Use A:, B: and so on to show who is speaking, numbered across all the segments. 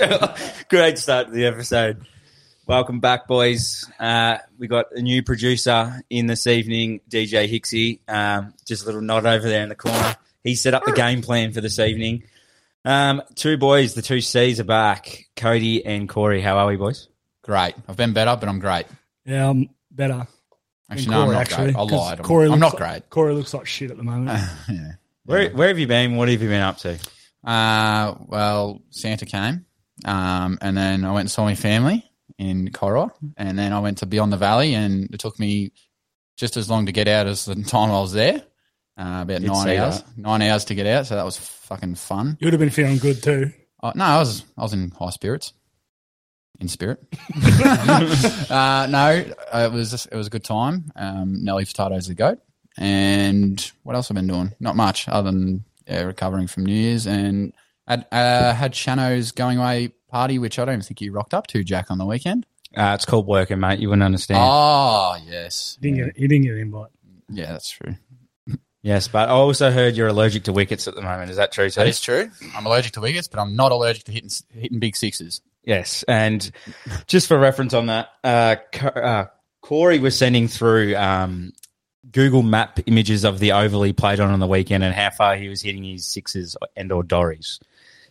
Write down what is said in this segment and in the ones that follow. A: Great start to the episode. Welcome back, boys. Uh, we got a new producer in this evening, DJ Hixie. Um, just a little nod over there in the corner. He set up the game plan for this evening. Um, two boys, the two C's are back. Cody and Corey, how are we, boys?
B: Great. I've been better, but I'm great.
C: Yeah, I'm Um, better.
B: Actually,
C: than
B: no, I'm
C: Corey,
B: not
C: actually,
B: great. I
C: 'cause
B: lied. I'm,
C: Corey
B: I'm
C: looks
B: not
C: like-
B: great.
C: Corey looks like shit at the moment.
B: yeah.
A: Where, where have you been? What have you been up to?
B: Uh, well, Santa came, um, and then I went and saw my family in Corowa, and then I went to Beyond the Valley, and it took me just as long to get out as the time I was there. Uh, about
A: Did
B: nine
A: say
B: hours. Nine hours to get out, so that was fucking fun.
C: You would have been feeling good too.
B: Uh, no, I was I was in high spirits, in spirit. uh, no, it was it was a good time. Um, Nelly Furtado's the goat, and what else I've been doing? Not much other than yeah, recovering from New Year's and had uh, had Shano's going away party, which I don't think you rocked up to, Jack, on the weekend.
A: Uh, it's called working, mate. You wouldn't understand.
B: Oh yes,
C: You didn't get, you didn't get an invite.
B: yeah, that's true.
A: Yes, but I also heard you're allergic to wickets at the moment. Is that true, too?
B: true. I'm allergic to wickets, but I'm not allergic to hitting hitting big sixes.
A: Yes, and just for reference on that, uh, Co- uh, Corey was sending through um, Google Map images of the oval he played on on the weekend and how far he was hitting his sixes and or dorries.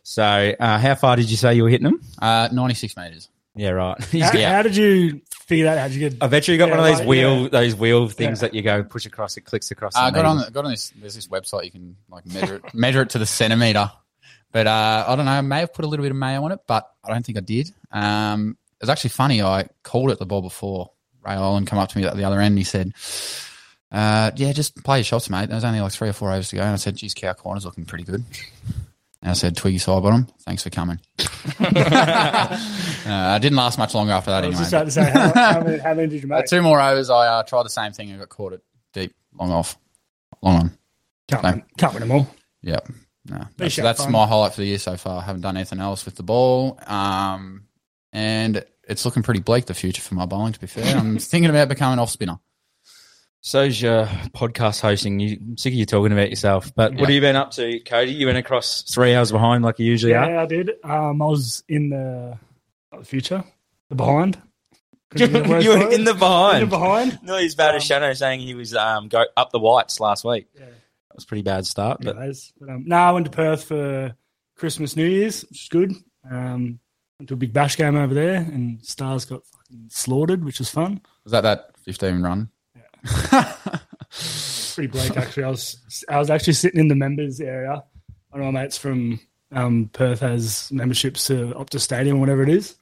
A: So, uh, how far did you say you were hitting them?
B: Uh, 96 meters.
A: Yeah, right.
C: How,
A: yeah.
C: how did you figure that? out? How'd you get?
A: I bet you got
C: Yeah,
A: one of those
C: like,
A: wheel,
C: yeah.
A: those wheel things
C: Yeah.
A: that you go push across. It clicks across.
B: Uh, got
A: meter.
B: on the- got on this. There's this website you can like measure it, measure it to the centimeter. But uh, I don't know. I may have put a little bit of mayo on it, but I don't think I did. Um, it was actually funny. I called it the ball before Ray Island come up to me at the other end. And he said, uh, "Yeah, just play your shots, mate." There was only like three or four overs to go, and I said, "Geez, cow corner's looking pretty good." And I said, "Twiggy side bottom, thanks for coming." uh, it didn't last much longer after that.
C: I was
B: anyway,
C: just about to say, how, how, many, how many did you
B: uh,
C: make?
B: two more overs. I uh, tried the same thing and got caught it deep, long off, long on.
C: Can't, win, can't win them all.
B: Yeah. No, that's,
C: shout
B: that's
C: fun.
B: my highlight for the year so far. I haven't done anything else with the ball. Um, and it's looking pretty bleak, the future for my bowling, to be fair. I'm thinking about becoming off spinner.
A: So's your podcast hosting. You, I'm sick of you talking about yourself. But
B: Yeah.
A: what have you been up to, Cody? You went across three hours behind like you usually are.
C: I did. Um, I was in the not the future, the behind.
A: you
C: Couldn't think of the word
A: you
C: for
A: were
C: it.
A: in the behind.
C: In the behind.
A: No, he's bad as
C: Um,
A: Shano saying he was um, go up the whites last week.
C: Yeah.
A: That was a pretty bad start, but
C: Anyways, but, um, no, I went to Perth for Christmas, New Year's, which is good. Um, went to a big bash game over there, and Stars got fucking slaughtered, which was fun.
B: Was that that 15 run?
C: pretty bleak actually. I was I was actually sitting in the members area. One of my mates from um, Perth has memberships to Optus Stadium, or whatever it is,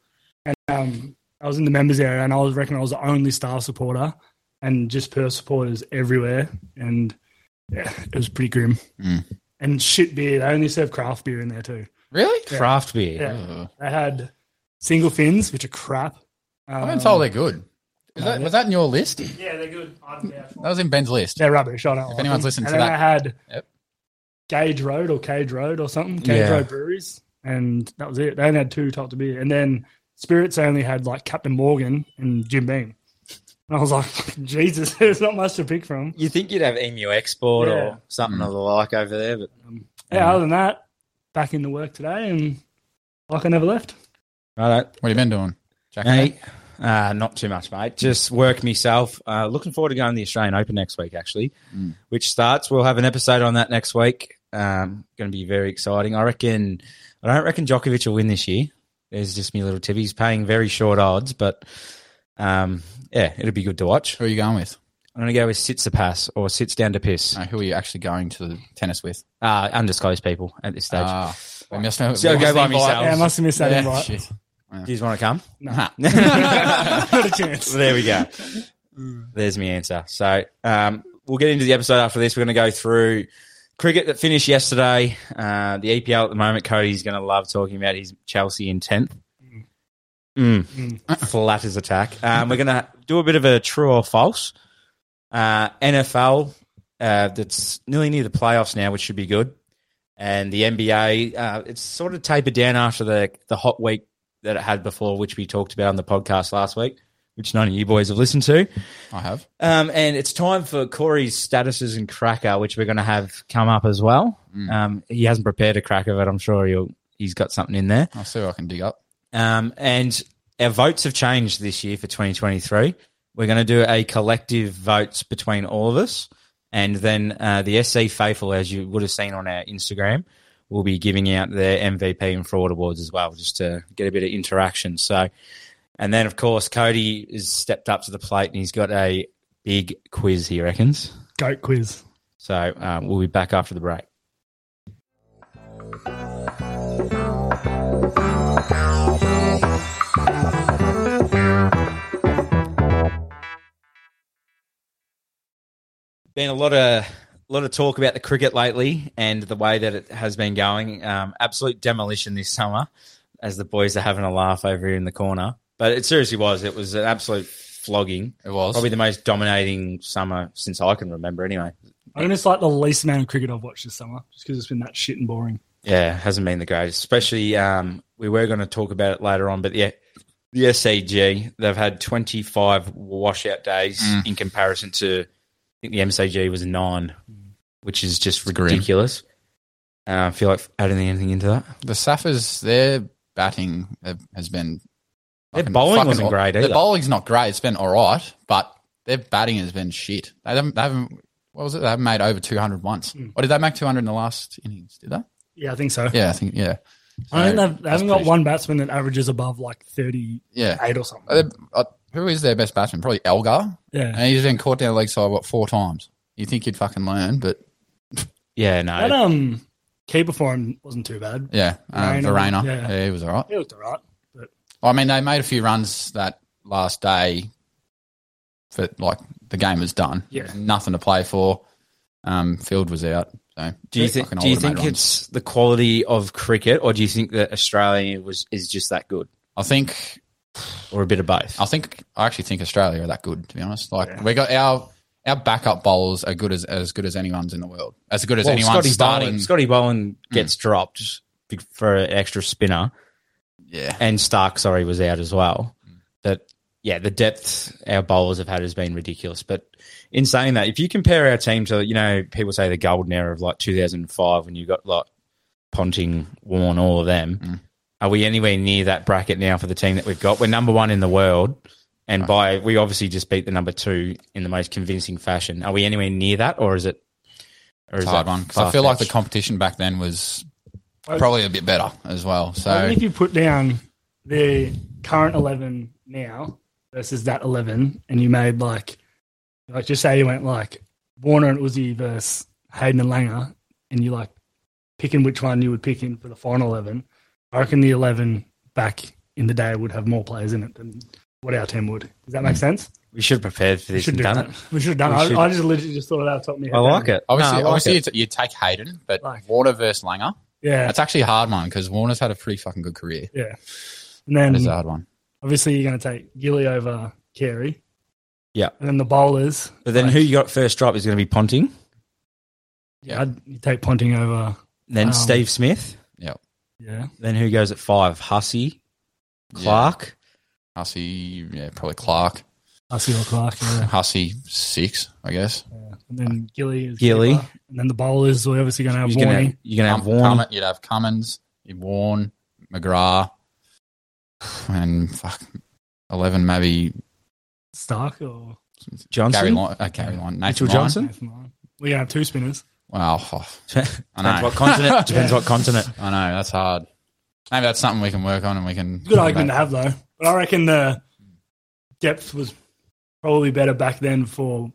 C: and um, I was in the members area, and I was reckon I was the only Star supporter, and just Perth supporters everywhere, and yeah, it was pretty grim.
B: Mm.
C: And shit beer. They only serve craft beer in there too.
B: Really?
C: Yeah.
A: craft beer.
C: Yeah.
B: Ugh.
C: They had single fins, which are crap. Um,
B: I've been told they're good. Is
C: no,
B: that,
C: they-
B: was that in your list? That
C: Um, yeah, they're good. I'm down for it.
B: was in Ben's list.
C: They're rubbish. I don't. If
B: anyone's listened
C: and
B: to
C: then
B: that-
C: I had
B: Yep.
C: Gage Road or Cage Road or something. Cage
A: Yeah.
C: Road Breweries, and that was it. They only had two types of beer, and then Spirits only had like Captain Morgan and Jim Beam. And I was like, Jesus, there's not much to pick from.
A: You think you'd have Emu Export
C: Yeah.
A: or something
B: Mm.
A: of the like over there, but
C: Um, yeah, Other than that, back into work today, and like I never left.
A: I don't.
B: What have you been doing, Jack?
A: Hey, uh, not too much, mate. Just work myself. Uh, looking forward to going to the Australian Open next week, actually,
B: Mm.
A: which starts. We'll have an episode on that next week. Um, going to be very exciting. I reckon. I don't reckon Djokovic will win this year. There's just me little tip. He's paying very short odds, but um, yeah, it'll be good to watch.
B: Who are you going with?
A: I'm going to go with sits a pass or sits down to piss.
B: Uh, who are you actually going to the tennis with?
A: Uh, undisclosed people at this stage.
B: Ah, we must know.
A: So
B: we
A: I'll
B: must
A: go by
B: invite-
A: myself.
C: Yeah, I must have missed that
B: Yeah,
C: invite.
B: shit.
A: Do you want to come?
C: No,
A: Well,
C: not a chance. Mm.
A: there we go. There's my answer. So um, we'll get into the episode after this. We're going to go through cricket that finished yesterday. Uh, the EPL at the moment. Cody's going to love talking about his Chelsea in tenth. Mm.
C: Mm.
A: Flat as attack. Um, we're going to do a bit of a true or false. Uh, NFL uh, that's nearly near the playoffs now, which should be good. And the NBA, uh, it's sort of tapered down after the the hot week that it had before, which we talked about on the podcast last week, which none of you boys have listened to.
B: I have.
A: Um, and it's time for Corey's statuses and cracker, which we're going to have come up as well.
B: Mm.
A: Um, he hasn't prepared a cracker, but I'm sure he'll he's got something in there.
B: I'll see what I can dig up.
A: Um, and our votes have changed this year for 2023. We're going to do a collective votes between all of us. And then uh, the SC Faithful, as you would have seen on our Instagram, will be giving out their MVP and fraud awards as well, just to get a bit of interaction. So, and then of course, Cody has stepped up to the plate and he's got a big quiz, he reckons.
C: Goat quiz.
A: So uh, we'll be back after the break. Been a lot of lot of talk about the cricket lately and the way that it has been going. Um, absolute demolition this summer, as the boys are having a laugh over here in the corner. But it seriously was. It was an absolute flogging.
B: It was
A: Probably the most dominating summer since I can remember. Anyway,
C: I think it's like the least amount of cricket I've watched this summer, just because it's been that shit and boring.
A: Yeah, hasn't been the greatest. Especially, um, we were going to talk about it later on, but yeah, the SCG they've had twenty five washout days
B: Mm.
A: in comparison to I think the MCG was nine, which is just
B: grim.
A: ridiculous. Uh, I feel like adding anything into that.
B: the Saffers. Their batting have- has been.
A: Their bowling wasn't
B: aw-
A: great either.
B: Their bowling's not great. It's been all right, but their batting has been shit. They haven't. They haven't what was it? They haven't made over 200 once.
C: Mm.
B: Or did they make 200 in the last innings? Did they?
C: Yeah, I think so.
B: Yeah, I think, yeah.
C: I think they've, they
B: that's
C: haven't got
B: pretty-
C: one batsman that averages above like thirty-eight
B: Yeah.
C: or something.
B: Uh, uh, Who is their best batsman? Probably Elgar.
C: yeah,
B: And he's been caught down the leg side, what, four times? You think he'd fucking learn, but
A: Yeah, no,
C: that um keeper for him wasn't too bad.
B: yeah. Um,
C: Varane,
B: Verena.
C: yeah.
B: Yeah. he was all right.
C: He looked alright.
B: I mean, they made a few runs that last day, but like the game was done.
C: Yeah.
B: There's Nothing to play for. Um, field was out. So
A: do you
B: they
A: think
B: fucking
A: do you
B: all
A: think
B: made runs.
A: it's the quality of cricket, or do you think that Australia was is just that good,
B: I think
A: or a bit of both?
B: I think I actually think Australia are that good. To be honest, like
C: Yeah.
B: we got our our backup bowlers are good as as good as anyone's in the world. As good as
A: Well,
B: anyone's
A: Scotty
B: starting. Hmm.
A: Boland, Scotty Boland gets dropped for an extra spinner.
B: yeah, Hmm.
A: and Stark, sorry, was out as well. That yeah, the depth our bowlers have had has been ridiculous. But in saying that, if you compare our team to you know people say the golden era of like 2005 when you got like Ponting, Warren, all of them,
B: Mm.
A: are we anywhere near that bracket now for the team that we've got? We're number one in the world. And by we obviously just beat the number two in the most convincing fashion. Are we anywhere near that, or is it? Or
B: it's a hard
A: that
B: one 'cause I feel like the
A: far-fetched?
B: competition back then was
C: Well-
B: probably a bit better as well.
C: Even
B: So
C: if you put down the current eleven now versus that eleven, and you made like, like just say you went like Warner and Uzi versus Hayden and Langer, and you like picking which one you would pick in for the final eleven. I reckon the eleven back in the day would have more players in it than what our team would. Does that make sense?
A: we should have prepared for
C: We
A: this
C: should
A: and
C: do
A: Mm. done
C: that. We should have done.
A: We
C: it.
A: should.
C: I, I just literally just thought that off the top of my
A: it.
C: head.
A: I like it.
B: obviously,
A: No, I like
B: obviously
A: it.
B: it's, you take Hayden, but
C: Like-
B: Warner versus Langer,
C: Yeah,
B: that's actually a hard one because Warner's had a pretty fucking good career.
C: yeah. And
B: That
C: then
B: is a hard one.
C: obviously you're going to take Gilly over Carey.
A: Yeah.
C: And then the bowlers.
A: But then who you got first drop is going to be Ponting,
B: Yeah.
C: I'd you take Ponting over.
A: then
C: Um,
A: Steve Smith,
C: Yeah.
A: Then who goes at five? Hussey, Clark.
B: Hussey, yeah, probably Clark.
C: Hussey or Clark. Yeah.
B: Hussey six, I guess.
C: yeah. And then Gilly. Is
A: Gilly.
C: keeper. And then the bowlers. We're obviously going to have
A: You're gonna,
C: Warney.
A: you're gonna have
B: Cum-
A: Warren.
B: Cum- you'd have Cummins, you'd Warren, McGrath, and fuck, eleven maybe.
C: Stark or
A: Johnson.
B: Gary Lyon, uh, Gary Lyon, Nathan
A: Mitchell
B: Lyon.
A: Johnson?
C: Nathan Lyon. We're going to have two spinners.
B: Wow, oh,
A: Depends
B: I know,
A: what continent. Depends
C: Yeah.
A: what continent.
B: I know that's hard. Maybe that's something we can work on, and we can.
C: Good argument to have, though. But I reckon the depth was probably better back then for.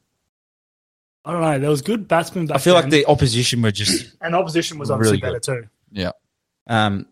C: I don't know. There was good batsmen back
A: I feel like
C: then,
A: the opposition were just
C: and opposition was obviously
A: Really
C: better too.
A: Um,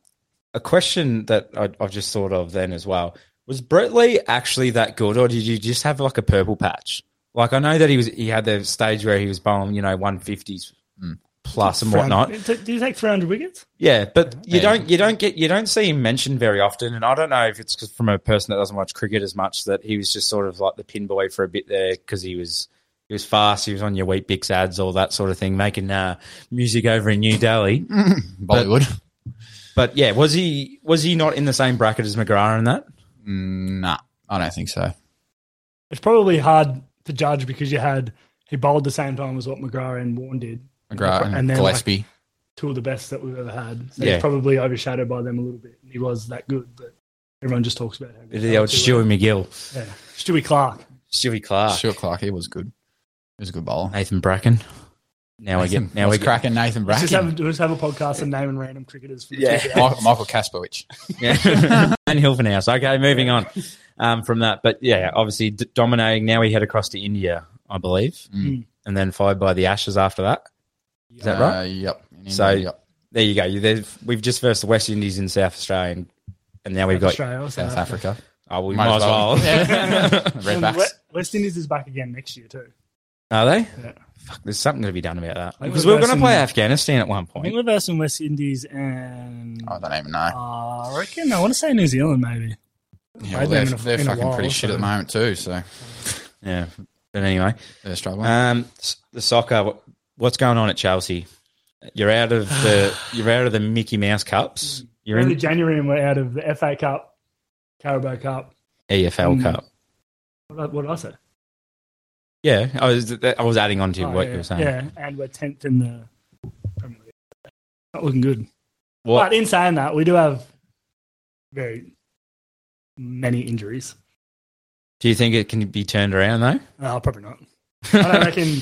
A: a question that I, I've just thought of then as well was Brett Lee actually that good, or did you just have like a purple patch? Like I know that he was he had the stage where he was bowling, you know, one fifties
B: Mm.
A: plus and whatnot.
C: Did did he take 300 wickets?
A: Yeah, but you
B: Yeah.
A: don't you don't get you don't see him mentioned very often, and I don't know if it's 'cause from a person that doesn't watch cricket as much that he was just sort of like the pin boy for a bit there because he was he was fast, he was on your wheat bix ads, all that sort of thing, making uh, music over in New Delhi.
B: Bollywood.
A: But yeah, was he was he not in the same bracket as McGrath in that?
B: Mm, nah, I don't think so.
C: It's probably hard to judge because you had he bowled the same time as what McGrath and Warren did.
B: McGrath and,
C: And then, like,
B: Gillespie.
C: two of the best that we've ever had. So
A: Yeah.
C: he's probably overshadowed by them a little bit. He was that good, but everyone just talks about him.
A: The old Stewie McGill,
C: Yeah. Stewie Clark.
A: Stewie Clark,
B: Sure, Clark, he was good. He was a good bowler.
A: Nathan Bracken. Now we
B: Nathan,
A: get now we
B: what's
A: get
B: cracking Nathan
C: Let's Just have,
B: Bracken.
C: let's just have a podcast and naming random cricketers. For the
A: Yeah.
C: two-
B: Michael, Michael Kasperwich.
A: Yeah. and Hilfenhaus. Okay, moving on um, from that. But yeah, obviously d- dominating. Now we head across to India, I believe,
B: Mm.
A: and then followed by the Ashes after that. Is that right?
B: Uh, yep. In
A: So-
B: India, yep.
A: There you go. You- there's- We've just versed the West Indies in South Australia, and, and now we've got.
C: Australia, South
B: South Africa.
A: Oh, we
B: Might
A: might as
B: as well.
A: well.
B: Yeah.
C: And
B: Redbacks.
C: West- West Indies is back again next year too.
A: Are they?
C: Yeah.
A: Fuck, there's something to be done about that.
C: I think
A: Because we
C: we're
A: were going to
C: versing-
A: play Afghanistan at one
C: I think
A: point.
C: we're versing West Indies and
B: I
C: uh,
B: don't even know.
C: I reckon I want to say New Zealand maybe.
B: Yeah, well,
C: played
B: they're
C: them in a-
B: they're
C: in a
B: fucking
C: while,
B: pretty shit
C: so-
B: at the moment too, so
A: Yeah. But anyway,
B: they're struggling.
A: um, s- the soccer. wh- What's going on at Chelsea? You're out of the you're out of the Mickey Mouse Cups. You're
C: Early
A: in
C: January and we're out of the FA Cup, Carabao Cup.
A: EFL
C: Mm.
A: E Cup.
C: What did I- what did I say?
A: Yeah, I was I was adding on to
C: Oh,
A: what
C: yeah,
A: you were saying.
C: Yeah, and we're tenth in the Premier League. Not looking good.
A: What?
C: But in saying that, we do have very many injuries.
A: Do you think it can be turned around though?
C: No, probably not. I don't reckon.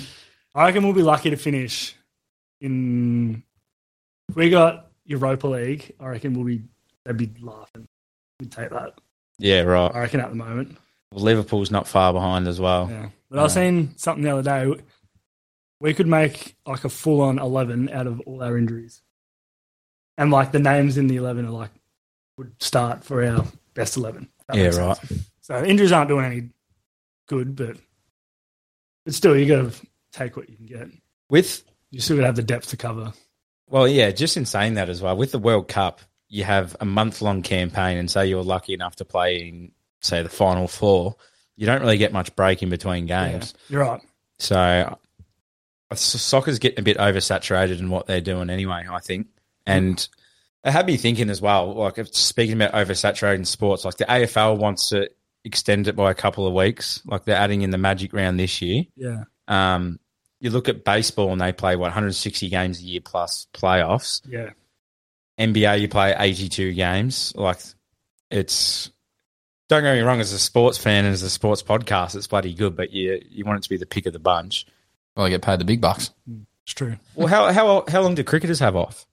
C: I reckon we'll be lucky to finish in. If we got Europa League. I reckon we'll be. They'd be laughing. We'd take that.
A: yeah, right.
C: I reckon at the moment.
A: Liverpool's not far behind as well.
C: Yeah. But I was
A: Yeah.
C: saying something the other day. We could make like a full on 11 out of all our injuries. And like the names in the 11 are like, would start for our best 11. That
A: Yeah,
C: makes
A: right.
C: sense. So injuries aren't doing any good, but, but still, you got to take what you can get.
A: With
C: You still got to have the depth to cover.
A: well, yeah, just in saying that as well. With the World Cup, you have a month long campaign, and say you're lucky enough to play in say the final four, you don't really get much break in between games.
C: Yeah. You're right.
A: So uh, so- soccer's getting a bit oversaturated in what they're doing anyway, I think. And it had me thinking as well, like if- speaking about oversaturating sports, like the AFL wants to extend it by a couple of weeks. Like they're adding in the magic round this year.
C: Yeah.
A: Um, you look at baseball and they play what 160 games a year plus playoffs.
C: Yeah.
A: NBA you play 82 games. Like it's don't get me wrong, as a sports fan and as a sports podcast, it's bloody good, but you you want it to be the pick of the bunch.
B: well, they get paid the big bucks.
C: It's true.
A: Well, how how how long do cricketers have off?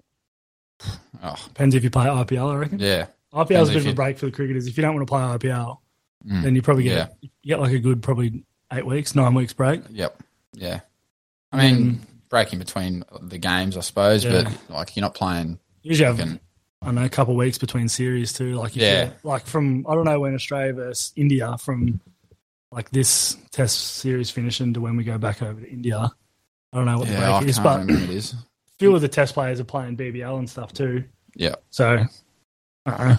B: Oh,
C: Depends if you play IPL, I reckon.
B: yeah.
C: IPL
B: Depends
C: is a bit
B: if
C: of a
B: you-
C: break for the cricketers. If you don't want to play IPL,
B: Mm.
C: then you probably get
B: Yeah.
C: you get like a good probably eight weeks, nine weeks break.
B: Yep. Yeah. I mean, breaking between the games, I suppose,
C: Yeah.
B: but like you're not playing.
C: Usually have
B: Fucking-
C: I don't know a couple of weeks between series too. Like if
B: Yeah.
C: you're- like from I don't know when Australia versus India from like this Test series finishing to when we go back over to India. I don't know what
B: Yeah, I
C: the break
B: can't
C: is, but
B: remember what it is.
C: few of the Test players are playing BBL and stuff too.
B: Yeah.
C: So I don't know.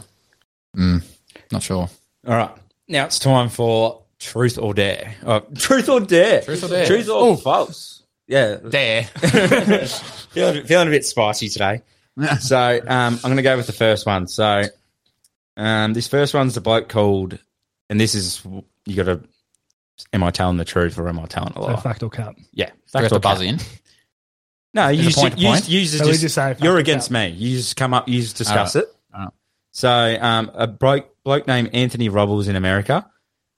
B: Mm. Not sure.
A: All right, now it's time for truth or dare. Oh, truth or dare.
B: Truth or dare?
A: Truth or false. Yeah,
B: Dare.
A: feeling, feeling a bit spicy today. So um, I'm going to go with the first one. So um, this first one's the bloke called, and this is you got to. Am I telling the truth or am I telling a
C: So
A: lie?
C: fact or cap.
A: yeah,
B: Do we
A: fact
B: have
A: or
B: to buzz
A: cap?
B: in.
A: No,
B: Is it
A: you just,
B: point to
A: you
B: point?
A: just, you just,
C: So we just say fact
A: you're
C: or
A: against
C: cap.
A: me. You just come up. You just discuss
B: All
A: it.
B: All right.
A: So um, a bloke bloke named Anthony Robles in America.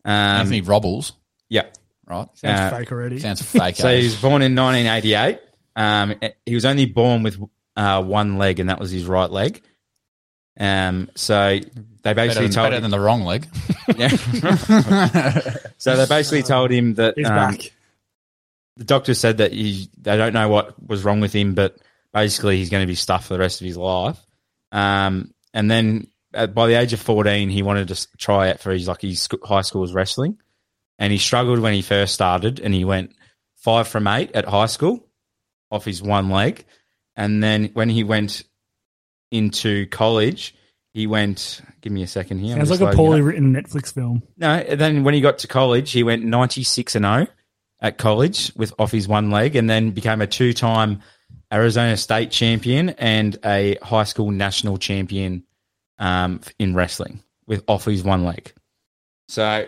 A: Um,
B: Anthony Robles,
A: Yeah.
B: right?
C: Sounds
A: Uh,
C: fake already.
B: Sounds fake.
A: So
B: eh?
A: he was born in 1988. Um, he was only born with uh, one leg, and that was his right leg. Um, so they
B: better,
A: basically
B: than,
A: told
B: better than the wrong leg.
A: him.
B: yeah.
A: so they basically told him that
C: He's
A: um,
C: back.
A: the doctor said that he, they don't know what was wrong with him, but basically he's going to be stuffed for the rest of his life. Um, and then uh, by the age of 14, he wanted to s- try it for his like his sc- high school's wrestling, and he struggled when he first started, and he went five from eight at high school off his one leg, and then when he went into college, he went. Give me a second here. I'm
C: Sounds
A: just
C: like a
A: loading it up.
C: poorly written Netflix film.
A: No, and then when he got to college, he went 96 and 0 at college with off his one leg and then became a two-time Arizona state champion and a high school national champion um, in wrestling with off his one leg. So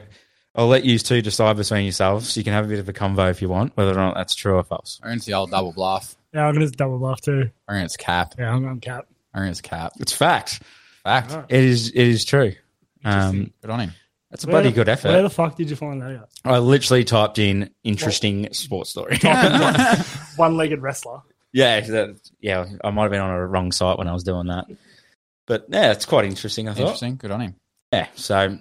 A: I'll let you two decide between yourselves. You can have a bit of a convo if you want, whether or not that's true or false.
B: Hmm. Earns the old double bluff.
C: Yeah, I'm gonna double bluff too.
B: I reckon it's cap.
C: Yeah, I'm on cap.
B: I reckon it's cap.
A: It's fact.
B: Fact.
C: Alright.
A: It is. It is true. Um,
C: Interesting.
B: Good on him.
A: that's a
C: Where
A: bloody
C: the-
A: good
C: Where
A: effort.
C: the fuck did you find that out?
A: I literally typed in interesting sports story.
C: One-legged wrestler.
A: yeah, that- yeah. I might have been on a wrong site when I was doing that, but yeah, it's quite interesting. I thought.
B: Interesting. Good on him.
A: Yeah. So,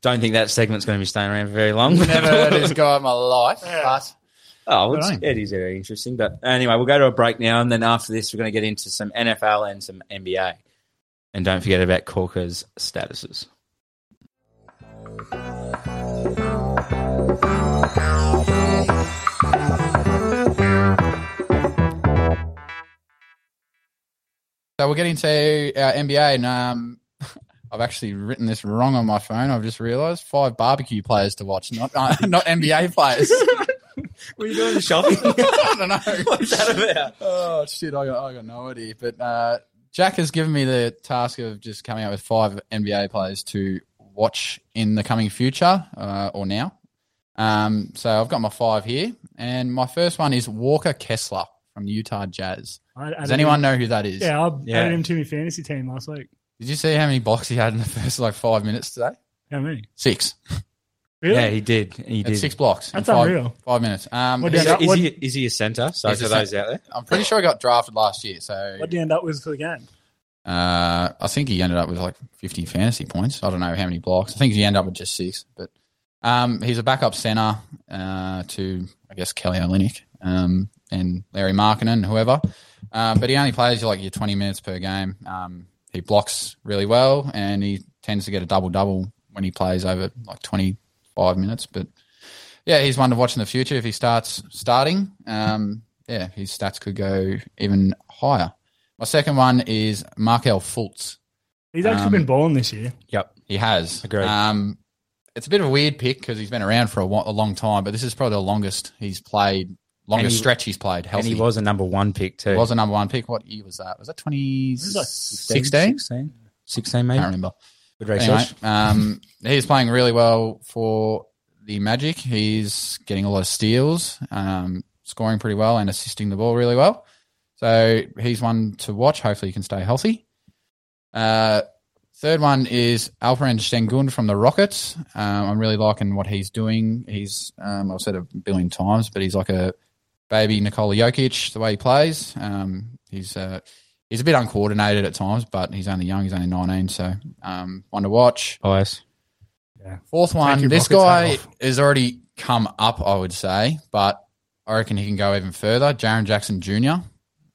A: don't think that segment's going to be staying around for very long.
B: Never heard of this guy in my life. But
A: Oh, it's,
B: Good on
A: it is very interesting. But anyway, we'll go to a break now, and then after this, we're going to get into some NFL and some NBA. And don't forget about Corker's statuses.
B: so we're getting to our NBA, and um, I've actually written this wrong on my phone. I've just realised five barbecue players to watch, not uh, not NBA players.
A: What are you doing shopping?
B: I don't know.
A: What's that about?
B: Oh shit, I got, I got no idea. But uh, Jack has given me the task of just coming up with five NBA players to watch in the coming future uh, or now. Um, so I've got my five here, and my first one is Walker Kessler from the Utah Jazz.
C: I, I
B: Does
C: don't
B: anyone
C: know?
B: know who that is?
C: Yeah, I
A: Yeah.
C: added him to my fantasy team last week.
B: Did you see how many blocks he had in the first like five minutes today?
C: How many?
B: Six.
C: Really?
A: Yeah, he did. He
B: That's
A: did.
B: six blocks. in
C: That's
B: five,
C: unreal.
B: Five minutes. Um,
C: What
A: Is,
C: did-
B: he's-
A: is
C: what-
A: he, is he a centre? So
B: He's
A: for
B: a
A: those out there,
B: I'm pretty sure he got drafted last year. So
C: What did he end up with for the game?
B: Uh, I think he ended up with like 50 fantasy points. I don't know how many blocks. I think he ended up with just six, but um, he's a backup center uh, to, I guess, Kelly Olynyk um, and Larry Markkinen, whoever. Um, but he only plays like your 20 minutes per game. Um, he blocks really well, and he tends to get a double double when he plays over like 25 minutes. But yeah, he's one to watch in the future if he starts starting. Um, yeah, his stats could go even higher. My second one is Markel Fultz.
C: He's actually
B: Um,
C: been balling this year.
A: yep.
B: He has.
A: Agreed.
B: Um, it's a bit of a weird pick because he's been around for a, wa- a long time, but this is probably the longest he's played, longest
A: he-
B: stretch he's played
A: And
B: healthy.
A: he was a number one pick too.
B: He was a number one pick. What year was that? Was that 2016?
A: 16, 16
B: I
A: maybe.
B: can't remember.
A: Good research.
B: Anyway, um, he's playing really well for the Magic. He's getting a lot of steals, um, scoring pretty well, and assisting the ball really well. So he's one to watch. Hopefully, he can stay healthy. Uh, third one is Alperen Sengun from the Rockets. Um, I'm really liking what he's doing. He's um, I've said a billion times, but he's like a baby Nikola Jokic the way he plays. Um, he's uh, he's a bit uncoordinated at times, but he's only young. He's only 19, so um, one to watch.
A: Bias.
B: Fourth one,
C: you,
B: this
C: Rockets,
B: guy
C: hat off.
B: has already come up, I would say, but I reckon he can go even further. Jaron Jackson Jr.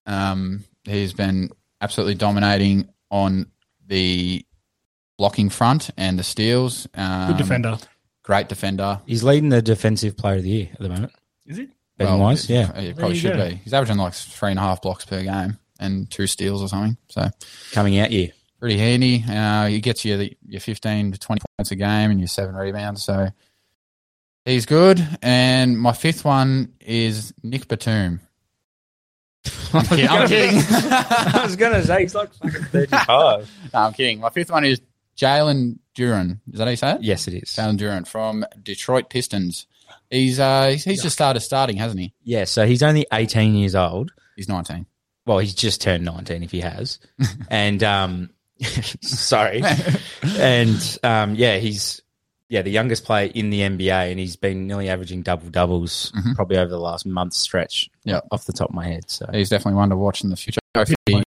B: Um, he's been absolutely dominating on the blocking front and the steals. Um,
C: Good defender.
B: Great defender.
A: He's leading the defensive player of the year at the moment.
C: Is he?
A: Betting wise, yeah.
B: He probably
C: you
B: should
C: go.
B: be. He's averaging like three and a half blocks per game and two steals or something. So
A: Coming out year.
B: pretty handy. Uh, he gets you the, your 15 to 20 points a game and your seven rebounds. So he's good. And my fifth one is Nick Batum. I'm kidding. I'm kidding.
A: I was going to say he's like fucking 35.
B: No, I'm kidding. My fifth one is Jalen Duran. Is that how you say it?
A: yes, it is.
B: Jalen Duran from Detroit Pistons. He's uh, he's, he's just started starting, hasn't he?
A: Yeah, so he's only 18 years old.
B: He's 19.
A: Well, he's just turned 19 if he has. and um sorry. and um yeah, he's yeah, the youngest player in the NBA and he's been nearly averaging double doubles
B: Mhm.
A: probably over the last month stretch.
B: Yeah.
A: Off the top of my head. So
B: he's definitely one to watch in the future. Hopefully,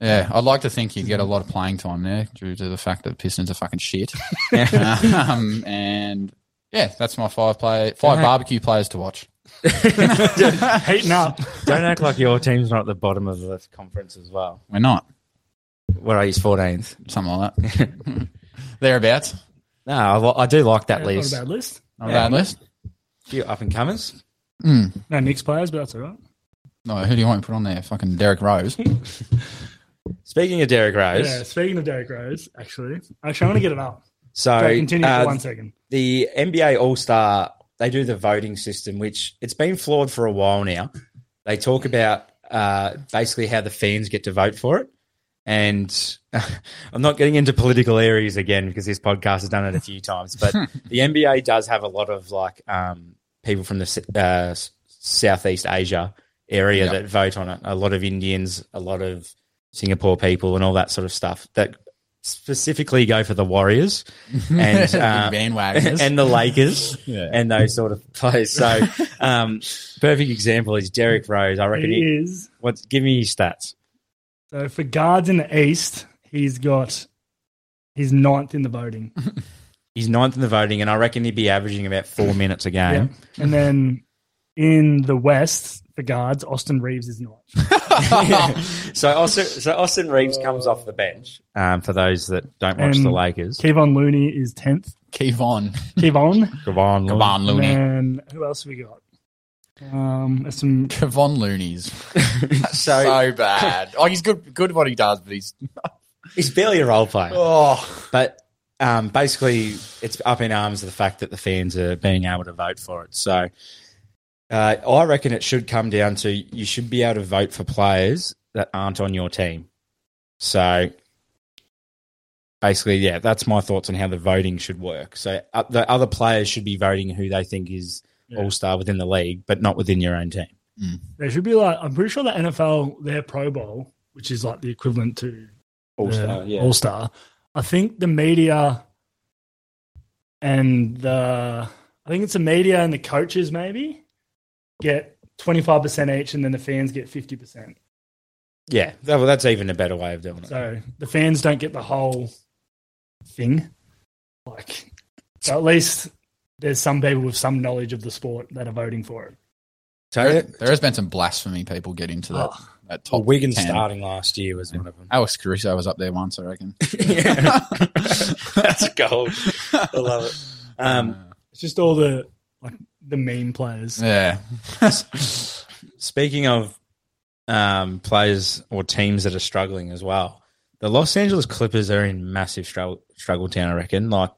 B: yeah, I'd like to think he'd get a lot of playing time there due to the fact that Pistons are fucking shit. um, and yeah, that's my five play five
A: Okay.
B: barbecue players to watch.
C: Heating up.
A: don't act like your team's not at the bottom of the conference as well.
B: We're not
A: What are you, 14th?
B: something like that. Thereabouts.
A: No, I, li- I do like that
C: Yeah,
A: list.
C: Not a bad list.
B: Not a
A: Yeah.
B: bad list.
A: few up and comers.
B: Hmm.
C: No Knicks players, but that's all right.
B: No, who do you want to put on there? Fucking Derek Rose.
A: Speaking of Derrick Rose,
C: Yeah, speaking of Derrick Rose, actually, actually, I'm going to get it up.
A: so
C: Sorry, continue
A: uh,
C: for one second.
A: the NBA All Star, they do the voting system, which it's been flawed for a while now. They talk about uh, basically how the fans get to vote for it. And I'm not getting into political areas again because this podcast has done it a few times, but the NBA does have a lot of like um, people from the s- uh, s- Southeast Asia area
B: Yeah.
A: that vote on it. A lot of Indians, a lot of Singapore people, and all that sort of stuff that specifically go for the Warriors and uh,
B: bandwagoners.
A: and the Lakers
B: Yeah.
A: and those sort of players. So, um, perfect example is Derek Rose. I reckon. He,
C: It is.
A: what's give me his stats?
C: So for guards in the East, he's got he's ninth in the voting.
A: He's ninth in the voting, and I reckon he'd be averaging about four minutes a game.
C: Yeah. And then in the West, for guards, Austin Reeves is ninth.
A: so Austin, so Austin Reeves comes off the bench um, for those that don't watch
C: And
A: the Lakers.
C: Kevon Looney is tenth.
B: Kevon.
C: Kevon.
A: Kevon Looney.
B: Kevon
C: and
B: Looney.
C: then who else we got? Um, there's some
B: Kevon Looney's so,
A: So
B: bad. Like he's good, good at what he does, but he's
A: he's barely a role player,
B: oh,
A: but um, basically it's up in arms the fact that the fans are being able to vote for it. So uh, I reckon it should come down to you should be able to vote for players that aren't on your team. So basically, yeah, that's my thoughts on how the voting should work. So uh, the other players should be voting who they think is
C: Yeah.
A: all star within the league, but not within your own team.
C: There should be like I'm pretty sure the NFL their Pro Bowl, which is like the equivalent to All Star. I think the media and the I think it's the media and the coaches maybe get 25 percent each, and then the fans get 50 percent.
A: Yeah, that, well, that's even a better way of doing it.
C: So the fans don't get the whole thing. Like, so at least there's some people with some knowledge of the sport that are voting for it.
B: there, there has been some blasphemy people get into that,
A: Oh.
B: that top.
A: Well, Wigan
B: 10.
A: starting last year was one of them.
B: Alex Caruso was up there once, I reckon.
A: that's gold. I love it. Um,
C: It's just all the like the mean players.
B: yeah,
A: Uh. speaking of um, players or teams that are struggling as well, the Los Angeles Clippers are in massive struggle, struggle town. I reckon. Like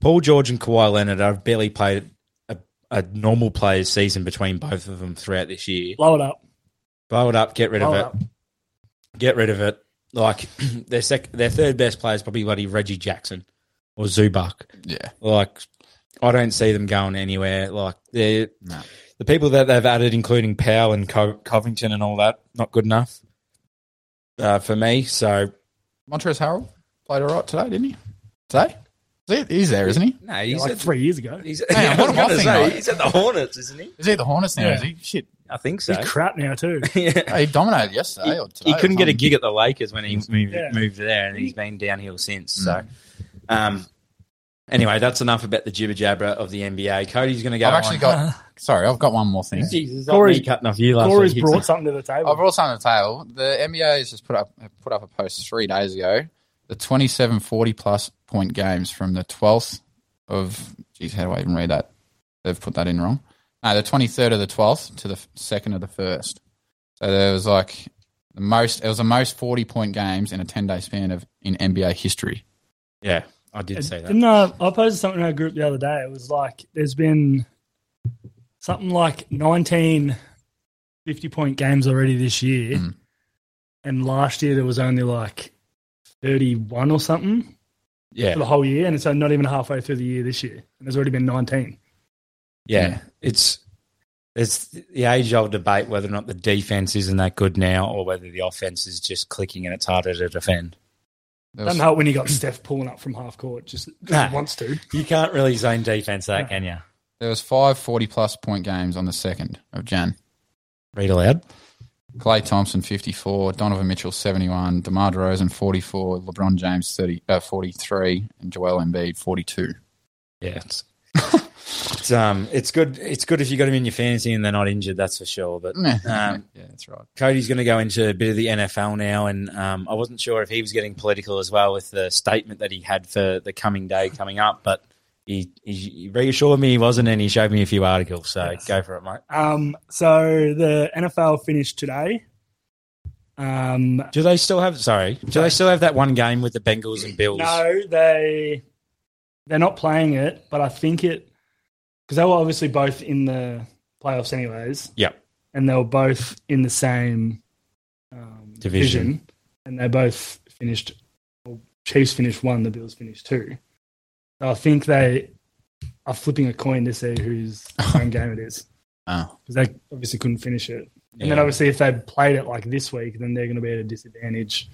A: Paul George and Kawhi Leonard, I've barely played a, a normal player's season between both of them throughout this year.
C: Blow it up.
A: Blow it up, get rid
C: Blow
A: of
C: it
A: it.
C: up.
A: get rid of it. Like their sec- their third best player is probably bloody Reggie Jackson or Zubac.
B: yeah.
A: Like I don't see them going anywhere. Like they
B: No.
A: the people that they've added, including Powell and Co- Covington and all that, not good enough uh, for me. So
B: Montrezl Harrell played all right today, didn't he? Today, Is he- he's there, isn't he?
A: no,
C: Yeah,
A: he's
C: like three years ago.
A: He's,
B: Hang on, what am I thinking of?
A: he's at the Hornets, isn't he?
B: Is he at the Hornets now?
C: Yeah.
B: Is he? Shit,
A: I think so.
C: He's crap now too.
A: yeah.
B: he dominated yesterday.
A: He-
B: or today
A: He
B: or
A: couldn't get a
B: something. Mm.
A: gig at the Lakers when he moved,
C: Yeah.
A: moved there, and he's been downhill since. So, um, anyway, that's enough about the jibber jabber of the NBA. Cody's going to go.
B: I've actually
A: on.
B: got. Sorry, I've got one more thing.
A: Jesus,
C: Corey's-
A: Corey's cutting off you last
C: Corey's
A: week.
C: brought something to the
B: I
C: table.
B: brought something to the table. The NBA has just put up put up a post three days ago. The 27 40 plus point games from the 12th of. Geez, how do I even read that? They've put that in wrong. No, the 23rd of the 12th to the 2nd of the 1st. So there was like the most. It was the most 40 point games in a 10 day span of in NBA history.
A: Yeah, I did say that.
C: Uh, Didn't I, I posted something in our group the other day. It was like there's been something like 19 50 point games already this year.
A: Mm-hmm.
B: Mm.
C: And last year there was only like 31 or something for
A: Yeah,
C: the whole year. And so not even halfway through the year this year. And there's already been 19.
A: yeah. It's it's the age old debate whether or not the defense isn't that good now, or whether the offense is just clicking and it's harder to defend.
B: There was-
C: Doesn't help when you got Steph pulling up from half court, just, just
A: Nah.
C: wants to.
A: You can't really zone defense that, can you?
B: There was five 40 plus point games on the 2nd of Jan.
A: Read aloud.
B: Clay Thompson 54, Donovan Mitchell 71, DeMar DeRozan 44, LeBron James 30, uh, 43, and Joel Embiid 42.
A: Yeah, it's, it's um, it's good. It's good if you got them in your fantasy and they're not injured. That's for sure. But
B: Meh.
A: Um,
B: yeah, that's right.
A: Cody's going to go into a bit of the NFL now, and um, I wasn't sure if he was getting political as well with the statement that he had for the coming day coming up, but he, he, he reassured me he wasn't, and he showed me a few articles. So
C: Yes.
A: go for it, mate.
C: Um, so the NFL finished today. Um,
A: Do they still have? Sorry, do they still have that one game with the Bengals and Bills?
C: No, they they're not playing it, but I think it because they were obviously both in the playoffs anyways,
A: Yep.
C: and they were both in the same um,
A: Division.
C: and they both finished. Well, Chiefs finished one, the Bills finished two. So I think they are flipping a coin to see whose home game it is
B: Oh,
A: uh,
C: because they obviously couldn't finish it. And then obviously, if they played it like this week, then they're going to be at a disadvantage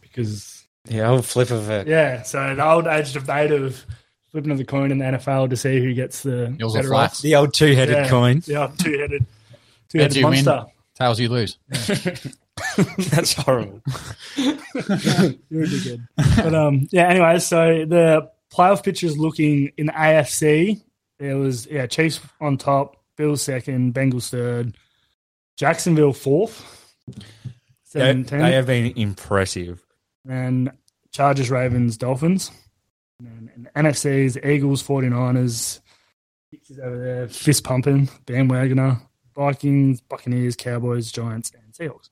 C: because
A: Yeah, whole flip of it.
C: yeah. So the old age debate of flipping of the coin in the NFL to see who gets the
B: Yours or
C: better
B: flats.
A: The old two headed
C: Yeah.
A: coin.
C: Yeah, two headed, two
B: Bet
C: headed
B: you win.
C: monster.
B: Tails, you lose.
A: That's horrible.
C: You're really good. But um, yeah. Anyway, so the playoff picture is looking in the AFC. There was yeah, Chiefs on top, Bills second, Bengals third, Jacksonville fourth,
A: They,
C: seventeen,
A: they have been impressive.
C: and Chargers, Ravens, Dolphins. And, then in the NFC is Eagles, 49ers. Hicks is over there, fist pumping, bandwagoner, Vikings, Buccaneers, Cowboys, Giants, and Seahawks.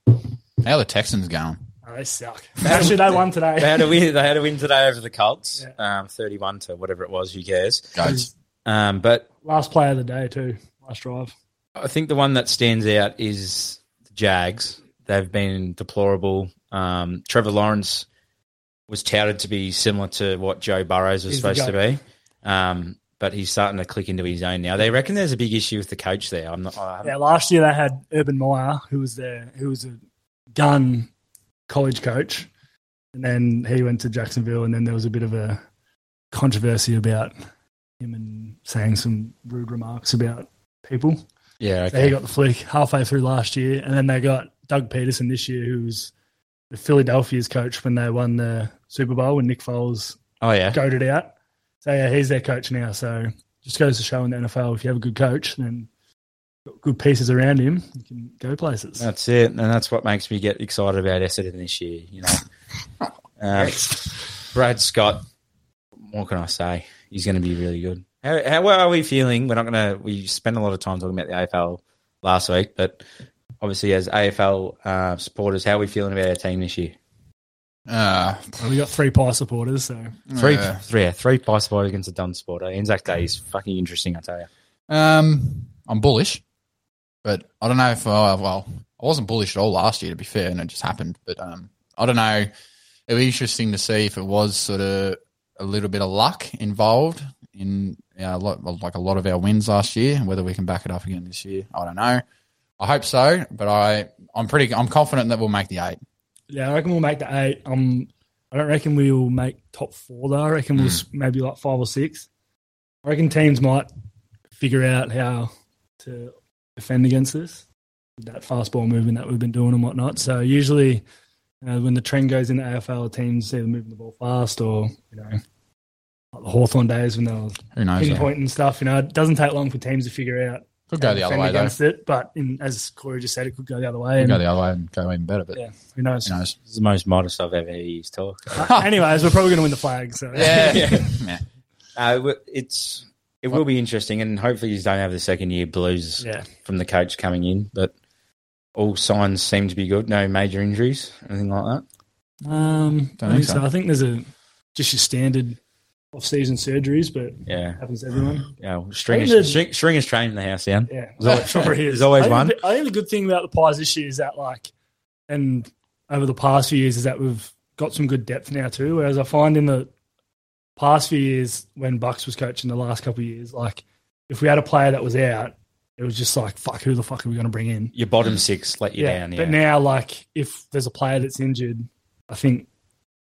B: How are the Texans going?
C: Oh, they suck. Actually, they won today.
A: They had a win. They had a win today over the Colts, um, thirty-one to whatever it was. Who cares?
B: Goats.
A: Um, but
C: Last play of the day, too. Last drive.
A: I think the one that stands out is the Jags. They've been deplorable. Um, Trevor Lawrence was touted to be similar to what Joe Burrows was
C: He's the
A: supposed to be, um, but he's starting to click into his own now. They reckon there's a big issue with the coach there. I'm not. I haven't-
C: Yeah, last year they had Urban Meyer, who was their, who was a gun college coach, and then he went to Jacksonville, and then there was a bit of a controversy about him and saying some rude remarks about people.
A: yeah,
C: So he
A: okay.
C: got the flick halfway through last year, and then they got Doug Peterson this year, who was the Philadelphia's coach when they won the Super Bowl when Nick Foles
A: Oh yeah,
C: goaded out. So yeah, he's their coach now. So just goes to show in the NFL, if you have a good coach, then got good pieces around him, you can go places.
A: that's it, and that's what makes me get excited about Essendon this year. You know, um, Brad Scott. What can I say? He's going to be really good. How, how well are we feeling? We're not going to. We spent a lot of time talking about the AFL last week, but obviously, as AFL uh, supporters, how are we feeling about our team this year?
B: Uh,
C: Well, we got three pie supporters, so
A: Three,
B: uh,
A: three, yeah, three by sport against a done supporter. Anzac Day is fucking interesting, I tell you.
B: Um, I'm bullish, but I don't know if uh, well, I wasn't bullish at all last year to be fair, and it just happened. But um, I don't know. It'd be interesting to see if it was sort of a little bit of luck involved in you know, a lot, like a lot of our wins last year. Whether we can back it up again this year, I don't know. I hope so, but I I'm pretty I'm confident that we'll make the eight.
C: yeah, I reckon we'll make the eight. Um, I don't reckon we will make top four though. I reckon
B: Hmm.
C: we'll s- maybe like five or six. I reckon teams might figure out how to defend against this with that fastball movement that we've been doing and whatnot. So usually, you know, when the trend goes in the AFL, teams either moving the ball fast or you know, like the Hawthorn days when they were
B: Who knows? though?
C: pinpointing stuff. You know, it doesn't take long for teams to figure out
B: Could go the other
C: defend
B: way though.
C: against it. But in, as Corey just said, it could go the other way.
B: Could
C: and
B: go the other way and go even better. But
C: Yeah, who knows?
B: who knows?
A: This is the most modest I've ever used talk.
C: Uh, anyways, we're probably going to win the flag. So
B: Yeah. yeah.
A: Uh, w- it's it will be interesting, and hopefully, you don't have the second year blues
C: Yeah.
A: from the coach coming in. But all signs seem to be good. No major injuries, anything like that.
C: Um,
B: Don't
C: I think
B: think
C: so.
B: so.
C: I think there's a just your standard off-season surgeries, but
A: Yeah,
C: happens to everyone.
A: yeah. well, Stringer's,
C: I think the-
A: String- Stringer's training the house down.
C: Yeah,
A: There's always-
C: Sure
A: there's always
C: I think
A: one.
C: the- I think the good thing about the Pies this year is that, like, and over the past few years, is that we've got some good depth now too. Whereas I find in the past few years when Bucks was coaching, the last couple of years, like, if we had a player that was out, it was just like, fuck, who the fuck are we going to bring in?
A: Your bottom six let you down. Yeah,
C: But now, like, if there's a player that's injured, I think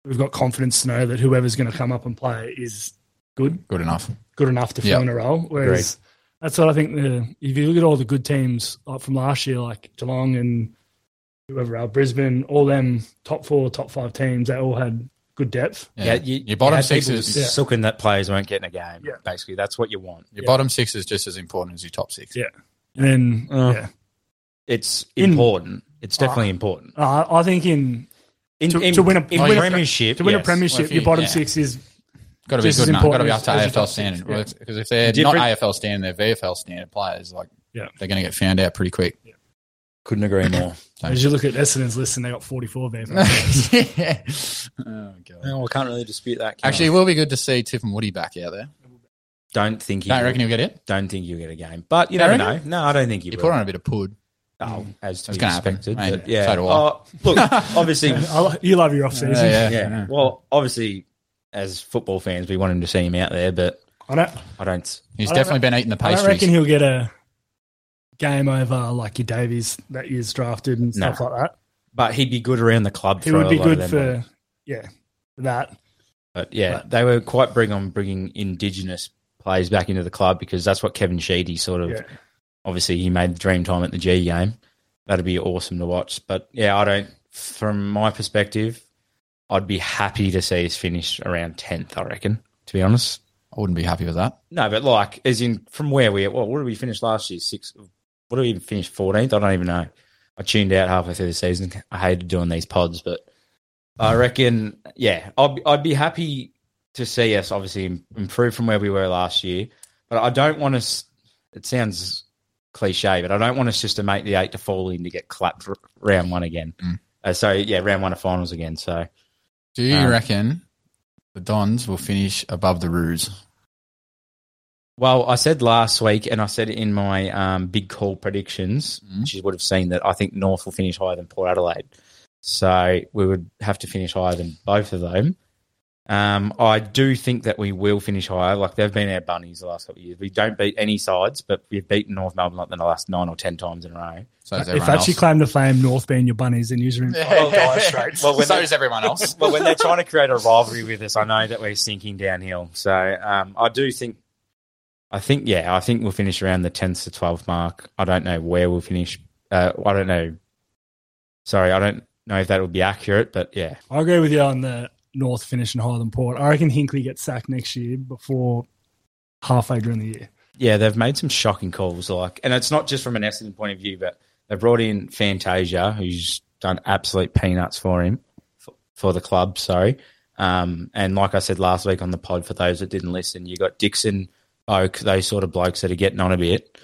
C: we've got confidence to know that whoever's going to come up and play is good,
B: Good enough.
C: good enough to fill
B: Yeah.
C: in a role. Whereas that's what I think. The, if you look at all the good teams like, from last year, like Geelong and whoever else, Brisbane, all them top four, top five teams, they all had good depth.
A: yeah. you,
B: Your bottom
A: you had
B: six
A: people
B: is-
C: Yeah.
A: sucking that players won't get in a game.
C: Yeah.
A: Basically, that's what you want.
B: Your
C: Yeah.
B: bottom six is just as important as your top six.
C: Yeah. And then,
A: Uh,
C: yeah,
A: It's
C: In-
A: important. It's definitely
C: Uh,
A: important.
C: I, I think in
A: In,
C: to-
A: in-
C: to win a-
A: in
C: to win a-
A: premiership,
C: to win a
A: yes.
C: premiership,
B: Well, if you-
C: your bottom
B: yeah.
C: six is
B: Got to be
C: Just as
B: good enough. Got to
C: important
B: be up to
C: as- as your
B: AFL
C: top six,
B: standard.
C: yeah.
B: Because if they're
A: Different-
B: not AFL standard, they're VFL standard players. Like
C: Yeah.
B: they're going to get found out pretty quick.
A: Couldn't agree more.
C: as you look at Essendon's list, and they got forty-four there.
B: yeah. Oh, God.
A: No, I can't really dispute that.
B: Actually, it will be good to see Tiff and Woody back out there.
A: don't think he.
B: Don't you reckon he'll get it?
A: don't think you'll get a game. But you
B: Don't
A: never know. No, I don't think you
B: You
A: will.
B: put on a bit of pud.
A: oh,
C: Mm.
A: as to
B: It's
A: be
B: gonna happen,
A: expected.
B: mate.
A: but yeah.
B: So do I.
A: Oh, look, obviously,
C: I lo- you love your off-season.
B: yeah,
A: yeah. Well, obviously, as football fans, we want him to see him out there, but
C: I don't,
A: I don't.
B: He's
C: I don't
B: definitely been eating the
C: I don't reckon
B: pastries.
C: he'll get a game over like your Davies that year's drafted and
A: No.
C: stuff like that.
A: But he'd be good around the club.
C: He
A: for
C: would
A: a
C: be
A: lot of
C: good
A: them.
C: for yeah for that.
A: But yeah, they were quite big on bringing indigenous players back into the club because that's what Kevin Sheedy sort of.
C: Yeah.
A: Obviously, he made the dream time at the G game. That'd be awesome to watch. But yeah, I don't. From my perspective, I'd be happy to see us finish around tenth. I reckon, to be honest.
B: I wouldn't be happy with that.
A: No, but like, as in from where we, well, what did we finish last year? Six. What did we even finish? Fourteenth? I don't even know. I tuned out halfway through the season. I hated doing these pods, but I reckon, yeah, I'd be- I'd be happy to see us obviously im- improve from where we were last year. But I don't want us. It sounds cliche, but I don't want us just to make the eight to fall in to get clapped r- round one again.
B: Mm.
A: Uh, so yeah, round one of finals again. So
B: Do you
A: Um,
B: reckon the Dons will finish above the Roos?
A: Well, I said last week, and I said in my um, big call predictions,
B: Mm.
A: which you would have seen that I think North will finish higher than Port Adelaide. So we would have to finish higher than both of them. Um, I do think that we will finish higher. Like they've been our bunnies the last couple of years. We don't beat any sides, but we've beaten North Melbourne like the last nine or ten times in a row.
B: So does
C: if
B: everyone
C: that's your
B: else.
C: claim to fame, North being your bunnies, then you're in dire straits.
A: Well, when
B: so
A: they-
B: does everyone else.
A: well, when they're trying to create a rivalry with us, I know that we're sinking downhill. So um, I do think, I think, yeah, I think we'll finish around the 10th to 12th mark. I don't know where we'll finish. Uh, I don't know. Sorry, I don't know if that would be accurate, but yeah.
C: I agree with you on the North finishing higher than Port. I reckon Hinkley gets sacked next year before halfway during the year.
A: Yeah, they've made some shocking calls. Like, and it's not just from an Essendon point of view, but they brought in Fantasia, who's done absolute peanuts for him for, for the club. Sorry, um, and like I said last week on the pod, for those that didn't listen, you got Dixon, Oak, those sort of blokes that are getting on a bit.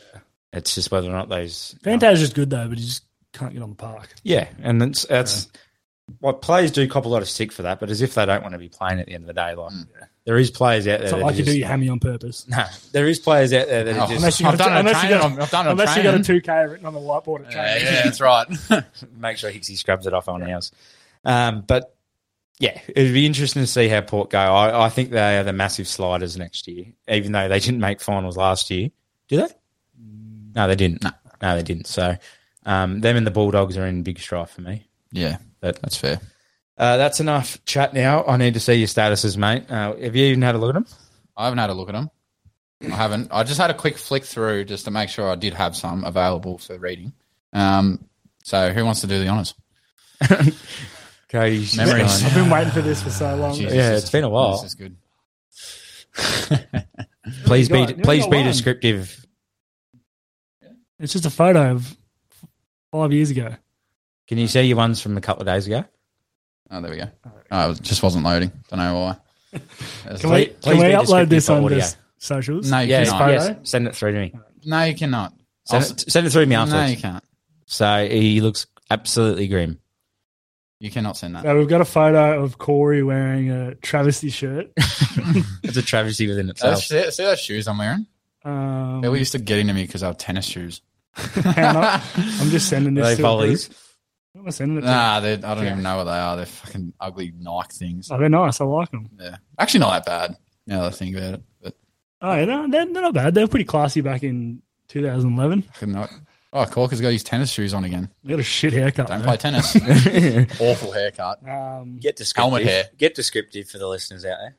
A: It's just whether or not those
C: Fantasia's good though, but he just can't get on the park.
A: yeah, and it's that's what players do cop a lot of stick for that, but as if they don't want to be playing at the end of the day. Like
B: Mm.
A: there is players out there.
C: It's not
A: that
C: like
A: are
C: you do
A: just-
C: your hammy on purpose.
A: No, there is players out there that
B: Oh,
A: are just
C: Unless you got
B: I've
C: a-
B: done a
C: unless you
B: train.
C: got
B: I've done a
C: Unless you got a
B: train.
C: two K written on the whiteboard at training.
B: Yeah, yeah, that's right.
A: make sure Hixie scrubs it off on ours. Um, but yeah, it'd be interesting to see how Port go. I, I think they are the massive sliders next year, even though they didn't make finals last year. Did they?
C: Mm.
A: No, they didn't.
B: No.
A: no they didn't. So um, them and the Bulldogs are in big strife for me.
B: yeah,
A: But-
B: that's fair.
A: Uh, that's enough chat now. I need to see your statuses, mate. Uh, have you even had a look at them?
B: I haven't had a look at them. I haven't. I just had a quick flick through just to make sure I did have some available for reading. Um, so who wants to do the honors?
A: Okay,
B: Memories.
C: I've been waiting for this for so long.
B: Jesus,
A: Yeah,
B: this
A: it's been a while.
B: This is good.
A: Please be
C: Nearly got-
A: please
C: nearly got
A: be
C: one.
A: descriptive.
C: It's just a photo of five years ago.
A: Can you see your ones from a couple of days ago?
B: Oh, there we go. Oh, it just wasn't loading. Don't know why. It's
C: Can
B: like-
C: we,
A: please
C: can we
A: be
C: upload
A: descriptive
C: this
A: for
C: on
A: audio.
C: the s- socials?
B: No, you
A: Yeah,
B: cannot.
A: yes,
C: Photo?
A: send it through to me.
B: No, you cannot.
A: Send
B: I'll s-
A: it, send it through to me
B: no,
A: afterwards.
B: you can't.
A: So he looks absolutely grim.
B: You cannot send that.
C: So Uh, we've got a photo of Corey wearing a travesty shirt.
A: It's a travesty within
B: Those-
A: itself.
B: see, see those shoes I'm wearing?
C: Um,
B: They were used to getting to me because I have tennis shoes.
C: not? I'm just sending
A: Are they
C: this. to a group.
A: volleys?
C: What am I sending it to?
B: Nah, they, I don't even know what they are. They're fucking ugly Nike things.
C: Oh, they're nice. I like them.
B: Yeah. Actually, not that bad now that I think about it. But
C: Oh, yeah, no, they're, they're not bad. They were pretty classy back in 2011.
B: fucking not. Oh, Corker's got his tennis shoes on again.
C: I got a shit haircut.
B: Don't
C: though.
B: play tennis. Awful haircut.
C: Um,
B: Helmet
A: Get descriptive.
B: hair.
A: Get descriptive for the listeners out there.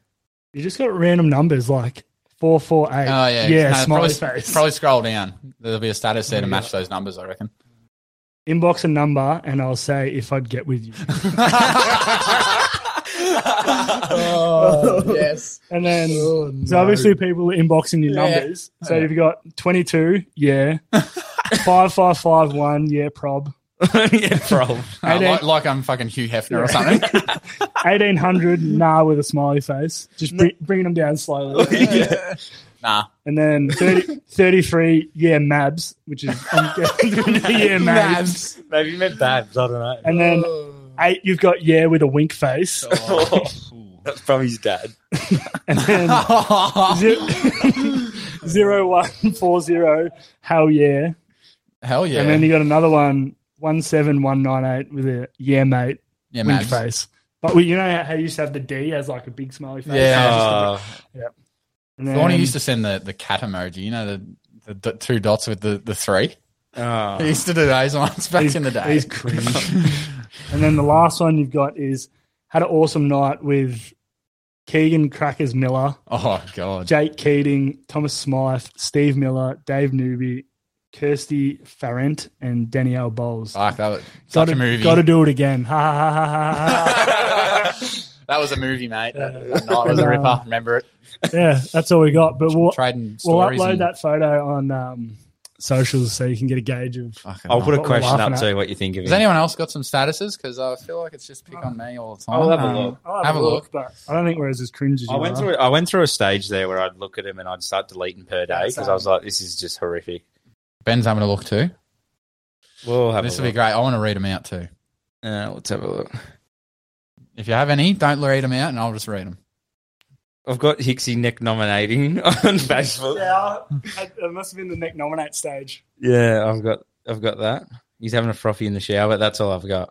C: You just got random numbers like four four eight.
B: Oh, yeah.
C: yeah,
B: No,
C: smiley
B: probably,
C: face.
B: probably scroll down. There'll be a status there to match those numbers, I reckon.
C: Inbox a number, and I'll say if I'd get with you.
B: oh, yes.
C: And then, so obviously people are inboxing your
B: Yeah.
C: numbers. So you've got 22, yeah. 5551, yeah, prob.
A: yeah, bro.
B: Uh,
C: Eighteen-
B: like, like I'm fucking Hugh Hefner or something.
C: 1800, nah, with a smiley face. Just bring, bringing them down slowly.
B: Nah.
C: And then 30, 33, yeah, Mabs, which is I'm guessing, yeah, Mabs.
A: Maybe you meant Babs. I don't know.
C: And then
B: Oh.
C: eight, you've got yeah with a wink face.
A: Oh. That's probably his dad.
C: And then zero, zero one four zero, hell yeah.
B: Hell yeah.
C: And then you got another one, one seven one nine eight with a yeah mate
B: yeah,
C: wink
B: Mavs.
C: face. But we, you know how- how you used to have the D as like a big smiley face.
B: Yeah.
A: Uh,
C: and
B: The one who used to send the, the cat emoji, you know, the, the, d two dots with the, the three.
A: Oh.
B: He used to do those ones back
C: He's-
B: in the day.
C: he's cringe. And then the last one you've got is had an awesome night with Keegan Crackers Miller,
B: oh god.
C: Jake Keating, Thomas Smythe, Steve Miller, Dave Newby, Kirsty Farrant, and Danielle Bowles.
B: Fuck, that was Ah, such
C: gotta,
B: a movie.
C: gotta do it again. Ha ha ha ha ha. ha.
B: that was a movie, mate. That, that night was a ripper. Remember it?
C: yeah, that's all we got. But we'll,
B: Trading
C: we'll
B: stories.
C: upload
B: and-
C: that photo on um, socials so you can get a gauge of.
B: Fucking
A: I'll put a
C: What we're
A: question
C: laughing
A: up
C: at.
A: too. What you think of
B: Has
A: it?
B: anyone else got some statuses? Because I feel like it's just pick on me all the time.
A: I'll have a
C: um,
A: look.
C: I'll have,
B: Oh, Have
C: a
B: a
C: look, but I don't think we're as cringe as
A: I
C: you
A: went
C: are.
A: through. I went through a stage there where I'd look at him and I'd start deleting per day because I was like, "This is just horrific."
B: Ben's having a look too.
A: We'll have
B: This
A: a
B: will be
A: look.
B: great. I want to read them out too.
A: Uh, let's have a look.
B: If you have any, don't read them out, and I'll just read them.
A: I've got Hixie Nick nominating on Facebook.
C: Yeah, I- it must have been the Nick nominate stage.
A: Yeah, I've got I've got that. He's having a frothy in the shower, but that's all I've got.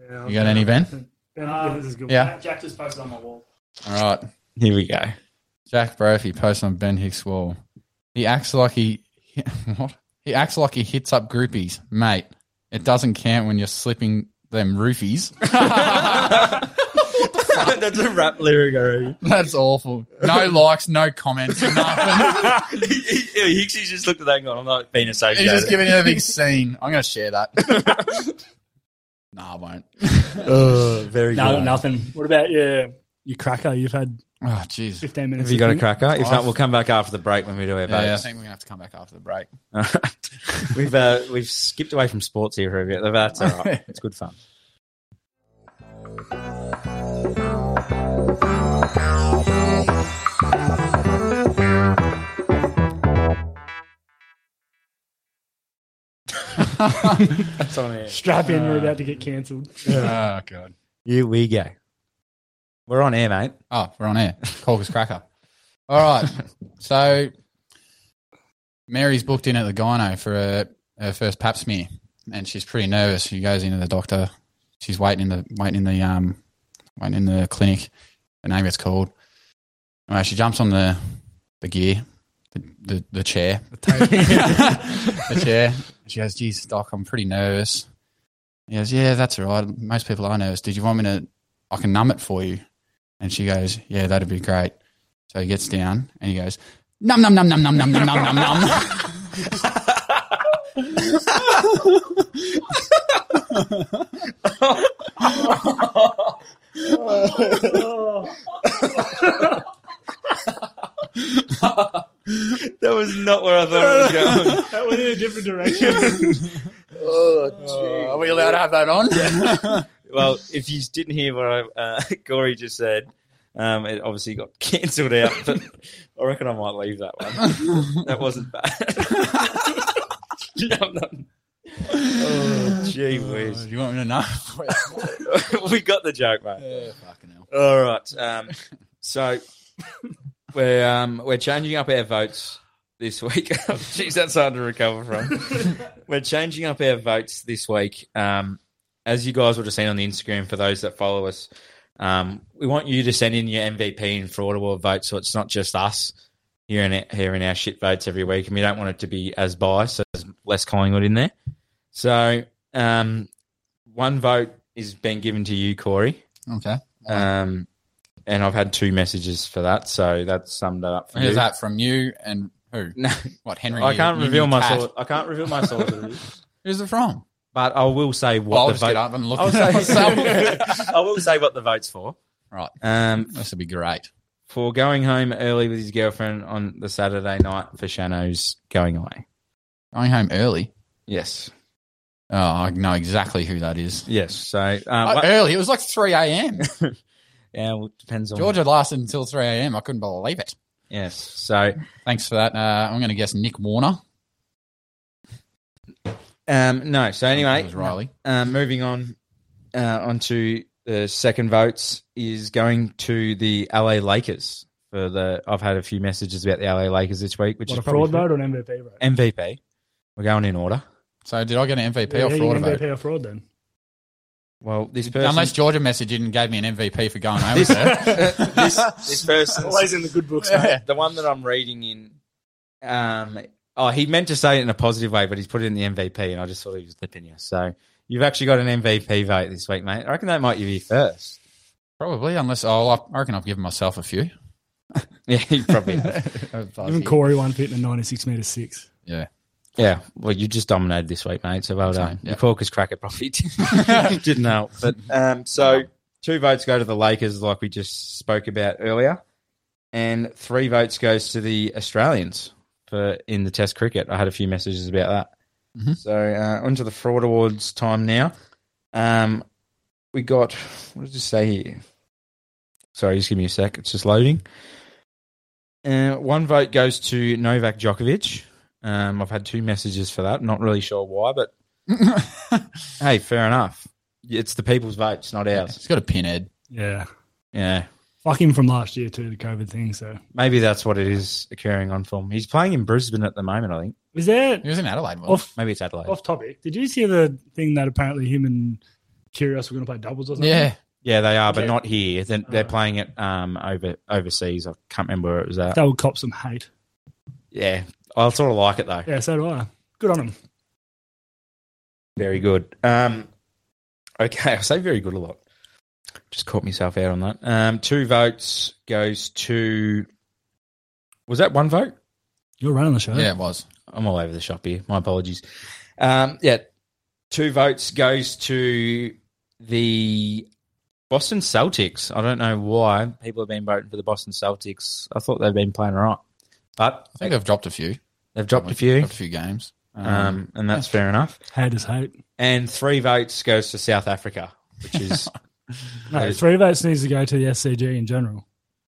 C: Yeah,
B: You got any, Ben?
C: Ben, this is good.
B: yeah.
C: Jack just posted on my wall.
B: All right.
A: Here we go.
B: Jack Brophy posts on Ben Hicks' wall. He acts like he, what? He acts like he hits up groupies, mate. It doesn't count when you're slipping them roofies.
A: that's a rap lyric already.
B: That's awful. No likes, no comments, nothing.
A: Hixie's just looked at that and gone, "I'm not being
B: He's
A: associated."
B: just giving you a big scene. I'm going to share that. no, I won't.
C: Uh,
A: very
C: No,
A: good.
C: nothing. What about your your cracker? You've had
B: Oh, jeez.
C: fifteen minutes.
A: Have you got a
C: of-
A: cracker? If not,
B: I've-
A: we'll come back after the break when we do our
B: Yeah, I
A: votes.
B: think we're going to have to come back after the break.
A: we've uh, we've skipped away from sports here for a bit. but That's all right. It's good fun. That's on air.
C: Strap in. we're about to get cancelled.
B: oh, God.
A: Here we go. We're on air, mate.
B: Oh, we're on air. Corker's cracker. All right. So Mary's booked in at the gyno for her, her first pap smear, and she's pretty nervous. She goes into the doctor. She's waiting in the waiting in the um waiting in the clinic. Her name gets called. Anyway, she jumps on the the gear, the the, the chair, the chair. She goes, "Geez, doc, I'm pretty nervous." He goes, "Yeah, that's all right. Most people are nervous. Did you want me to? I can numb it for you." And she goes, "Yeah, that'd be great." So he gets down and he goes, "Num num num num num num num num num num."
A: That was not where I thought it was going.
C: That went in a different direction.
B: Uh, are we allowed to have that on?
A: well, if you didn't hear what I, uh, Corey just said, um, it obviously got cancelled out. But I reckon I might leave that one. that wasn't bad. Yum, yum. oh, gee
B: Do
A: whiz.
B: you want me to know?
A: we got the joke, mate.
B: Yeah, fucking hell.
A: All right. Um, so we're um, we're changing up our votes this week. Jeez, that's hard to recover from. we're changing up our votes this week. Um, as you guys would have seen on the Instagram, for those that follow us, um, we want you to send in your MVP and fraud award votes, so it's not just us here in here in our shit votes every week, and we don't want it to be as biased. So there's less Collingwood in there. So um, one vote is being given to you, Corey.
B: Okay.
A: Um, and I've had two messages for that, so that's summed it up for you.
B: Who's that from you and who?
A: No,
B: What Henry?
A: I
B: you-
A: can't
B: you
A: reveal
B: new
A: my
B: cat.
A: source. I can't reveal my source, of it,
B: Who's it from?
A: but I will say what
B: Well, I'll
A: the
B: just
A: vote.
B: get up and look
A: I'll
B: at
A: say,
B: myself.
A: I will say what the vote's for.
B: right.
A: Um,
B: This would be great.
A: for going home early with his girlfriend on the Saturday night for Shano's going away.
B: Going home early.
A: Yes,
B: Oh, I know exactly who that is.
A: yes. So um,
B: Uh,
A: what-
B: early. It was like 3 a.m.
A: yeah, well, it depends on
B: Georgia lasted until 3 a.m. I couldn't believe it.
A: Yes. So
B: Thanks for that. Uh, I'm going to guess Nick Warner.
A: um, no. So
B: It
A: anyway,
B: was Riley.
A: Um, moving on, uh, onto the second votes is going to the LA Lakers. For the, I've had a few messages about the LA Lakers this week, which
C: what
A: is
C: a fraud
A: probably
C: vote or an MVP vote?
A: MVP. We're going in order.
B: So did I get an MVP
C: Yeah,
B: or
C: you
B: fraud
C: can
B: vote?
C: MVP or fraud then?
A: Well, this person,
B: Unless Georgia messaged in and gave me an MVP for going home
A: this,
B: with her.
A: this, this person,
C: Always in the good books. mate.
A: the one that I'm reading in, um, Oh, he meant to say it in a positive way, but he's put it in the MVP, and I just thought he was lipping you. So you've actually got an MVP vote this week, mate. I reckon that might be your first.
B: Probably, unless oh, I reckon I've given myself a few.
A: Yeah, you probably. have.
C: Even
B: Even
C: Corey one fit in a 96 meter six.
B: Yeah.
A: yeah, well, you just dominated this week, mate. So well
B: That's
A: done.
B: right, yeah.
A: Your caucus cracker probably didn't didn't help. But um, so two votes go to the Lakers, like we just spoke about earlier, and three votes goes to the Australians for in the Test cricket. I had a few messages about that.
B: Mhm.
A: So uh, onto the fraud awards time now. Um, we got what does it say here? Sorry, just give me a sec. It's just loading. Uh, one vote goes to Novak Djokovic. Um, I've had two messages for that. Not really sure why, but hey, fair enough. It's the people's votes, not ours.
B: He's got a pinhead.
C: Yeah.
A: Yeah,
C: Fuck him from last year too, the COVID thing. So
A: maybe that's what it is occurring on film. He's playing in Brisbane at the moment, I think.
C: is there
B: He was in Adelaide. Well,
C: off
A: Maybe it's Adelaide.
C: off topic? Did you see the thing that apparently him and Curious were going to play doubles or something?
B: yeah.
A: Yeah, they are, but
C: Okay.
A: not here. They're, they're
C: Uh.
A: playing it um, over overseas. I can't remember where it was at.
C: that would cop some hate.
A: Yeah, I sort of like it though.
C: Yeah, so do I. Good on him.
A: Very good. Um, okay, I say very good a lot. Just caught myself out on that. Um, two votes goes to. Was that one vote?
C: You're running the show.
B: Yeah, it was.
A: I'm all over the shop here. My apologies. Um, yeah, two votes goes to the Boston Celtics. I don't know why people have been voting for the Boston Celtics. I thought they've been playing all right, but
B: I think they've dropped a few.
A: they've dropped a few,
B: Dropped a few games.
A: um, and that's fair enough.
C: Hate is hate.
A: And three votes goes to South Africa, which is
C: No,
A: Hey.
C: three votes needs to go to the SCG in general.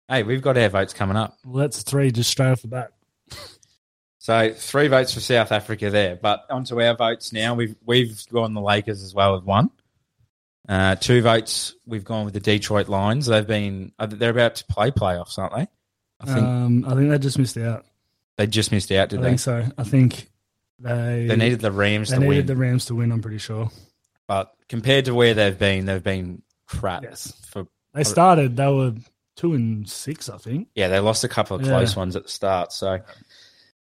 A: hey, we've got our votes coming up.
C: Well, that's three just straight off the bat.
A: So three votes for South Africa there. But onto our votes now. We've we've gone the Lakers as well with one. Uh, two votes we've gone with the Detroit Lions. They've been uh, they're about to play playoffs, aren't they? I think
C: um, I think they just missed out.
A: they just missed out, did
C: I
A: they?
C: think so. I think they
A: They needed the Rams
C: they
A: to
C: needed
A: win,
C: the Rams to win. I'm pretty sure.
A: but compared to where they've been, they've been crap.
C: Yes.
A: For
C: They started. They were two and six, I think.
A: yeah, they lost a couple of
C: Yeah.
A: close ones at the start. So,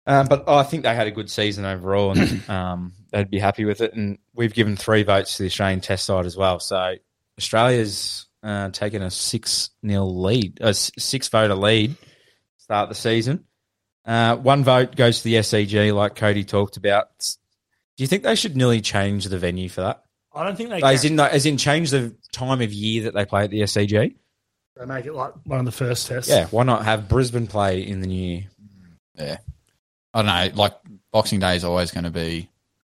A: um, but I think they had a good season overall, and um, they'd be happy with it. And we've given three votes to the Australian Test side as well. So Australia's uh, taken a six 0 lead, a six voter lead, start the season. Uh, one vote goes to the SEG, like Cody talked about. Do you think they should nearly change the venue for that?
C: I don't think they.
A: As in, like, as in, change the time of year that they play at the SEG.
C: They make it like one of the first tests.
A: Yeah, why not have Brisbane play in the new year?
B: I don't know. Like Boxing Day is always going to be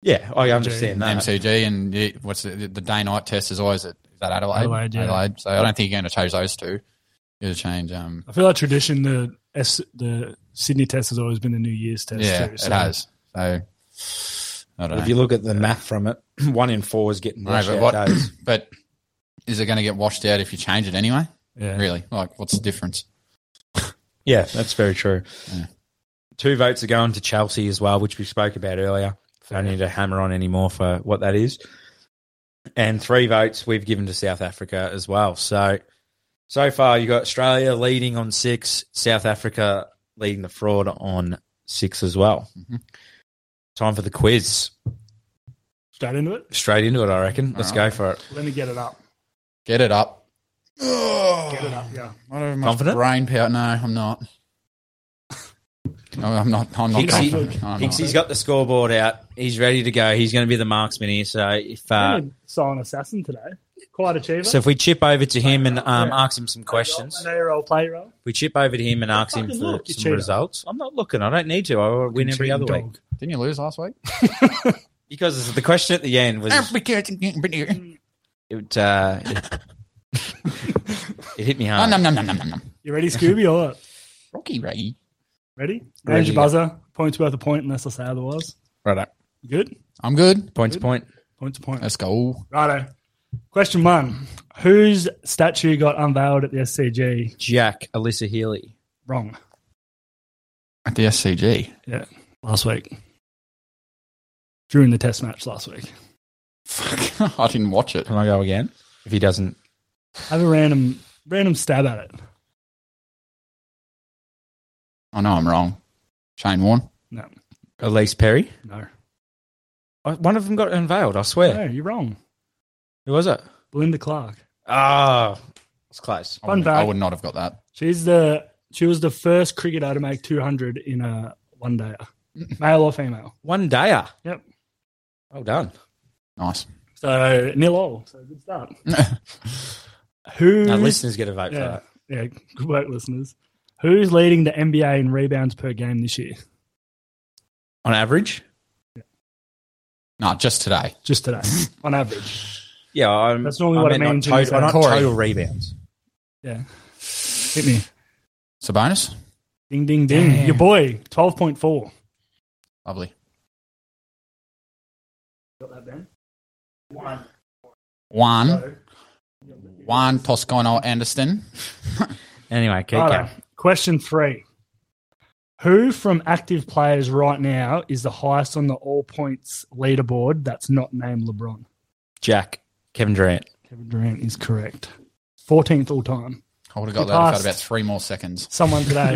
A: Yeah, I understand that.
B: MCG, and the, what's the, the day night test is always at is that Adelaide.
C: Adelaide, yeah.
B: So I don't think you're going to change those two. You're going to change. Um,
C: I feel like tradition. The S, the Sydney test has always been the New Year's test.
B: yeah,
C: too,
B: it
C: so-
B: has. So I don't
A: But
B: know.
A: if you look at the math from it, one in four is getting
B: No,
A: washed
B: but
A: out
B: what-
A: days.
B: but is it going to get washed out if you change it anyway?
C: Yeah.
B: Really? Like, what's the difference?
A: Yeah, that's very true.
B: Yeah.
A: Two votes are going to Chelsea as well, which we spoke about earlier. I don't need to hammer on any more for what that is. And three votes we've given to South Africa as well. So, so far you got Australia leading on six, South Africa leading the fraud on six as well.
B: Mhm.
A: Time for the quiz.
C: Straight into it.
A: Straight into it, I reckon. Let's
B: All
A: go
B: right.
A: for it.
C: Let me get it up.
B: Get it up.
C: Get it up. Yeah.
B: I don't have much
A: Confident?
B: brain power. No, I'm not. No, I'm not. I'm not
A: Hixie-
B: confident. I'm not.
A: Hixie's got the scoreboard out. He's ready to go. He's going to be the marksman here. So if uh,
C: I'm a silent assassin today. Quite achiever.
A: so, if we chip over to him and um,
C: Yeah.
A: ask him some questions,
C: Play roll, play roll.
A: we chip over to him and ask him
C: fucking
A: for
C: look, you
A: some
C: cheater.
A: results. I'm not looking. I don't need to. I win every other week
C: Dog.
B: Didn't you lose last week?
A: because the question at the end was
B: Oh,
C: Mm.
A: it. Uh, it, it hit me hard.
B: Oh, nom, nom, nom, nom, nom, nom.
C: You ready, Scooby? Or what?
B: Rocky Ray.
C: Ready?
A: Ready.
C: Ranger buzzer. Points worth a point unless I say otherwise.
A: Right up.
C: You Good?
B: I'm good.
A: Points point.
C: Points to point.
B: Let's go.
C: Righto. Question one. Whose statue got unveiled at the SCG?
A: Jack Alyssa Healy.
C: Wrong.
B: At the SCG.
C: Yeah. Last week. During the test match last week.
B: Fuck. I didn't watch it.
A: Can I go again? If he doesn't,
C: Have a random random stab at it.
B: I know I'm wrong. Shane Warne.
C: No.
A: Elise Perry.
C: No.
A: I- One of them got unveiled. I swear.
C: No, you're wrong.
A: Who was it?
C: Belinda Clark.
A: Ah, it's close.
B: I
C: Fun
B: would, I
C: fact.
B: would not have got that.
C: She's the she was the first cricketer to make 200 in a one day, male or female.
A: One dayer.
C: Yep.
A: Well done.
B: Nice.
C: So nil all. So good start. Who?
A: Now listeners get a vote for
C: Mm. yeah,
A: that.
C: yeah, good work, listeners. Who's leading the NBA in rebounds per game this year?
A: On average.
B: no, just today.
C: Just today, on average.
A: Yeah, I'm,
C: That's normally what it
A: meant
C: means
A: on
C: in
A: total,
C: the-
A: not
B: Corey.
A: total rebounds.
C: Yeah, hit me.
B: It's a bonus.
C: Ding, ding, ding.
B: Damn.
C: Your boy, twelve point four.
B: Lovely.
C: Got that, Ben? One.
B: One, one Toscano Anderson.
A: Anyway, keep going.
C: Question three. Who from active players right now is the highest on the all points leaderboard that's not named LeBron?
A: Jack, Kevin Durant.
C: Kevin Durant is correct. 14th all time.
B: I would have got
C: You
B: that if I had
C: passed.
B: about three more seconds.
C: Someone today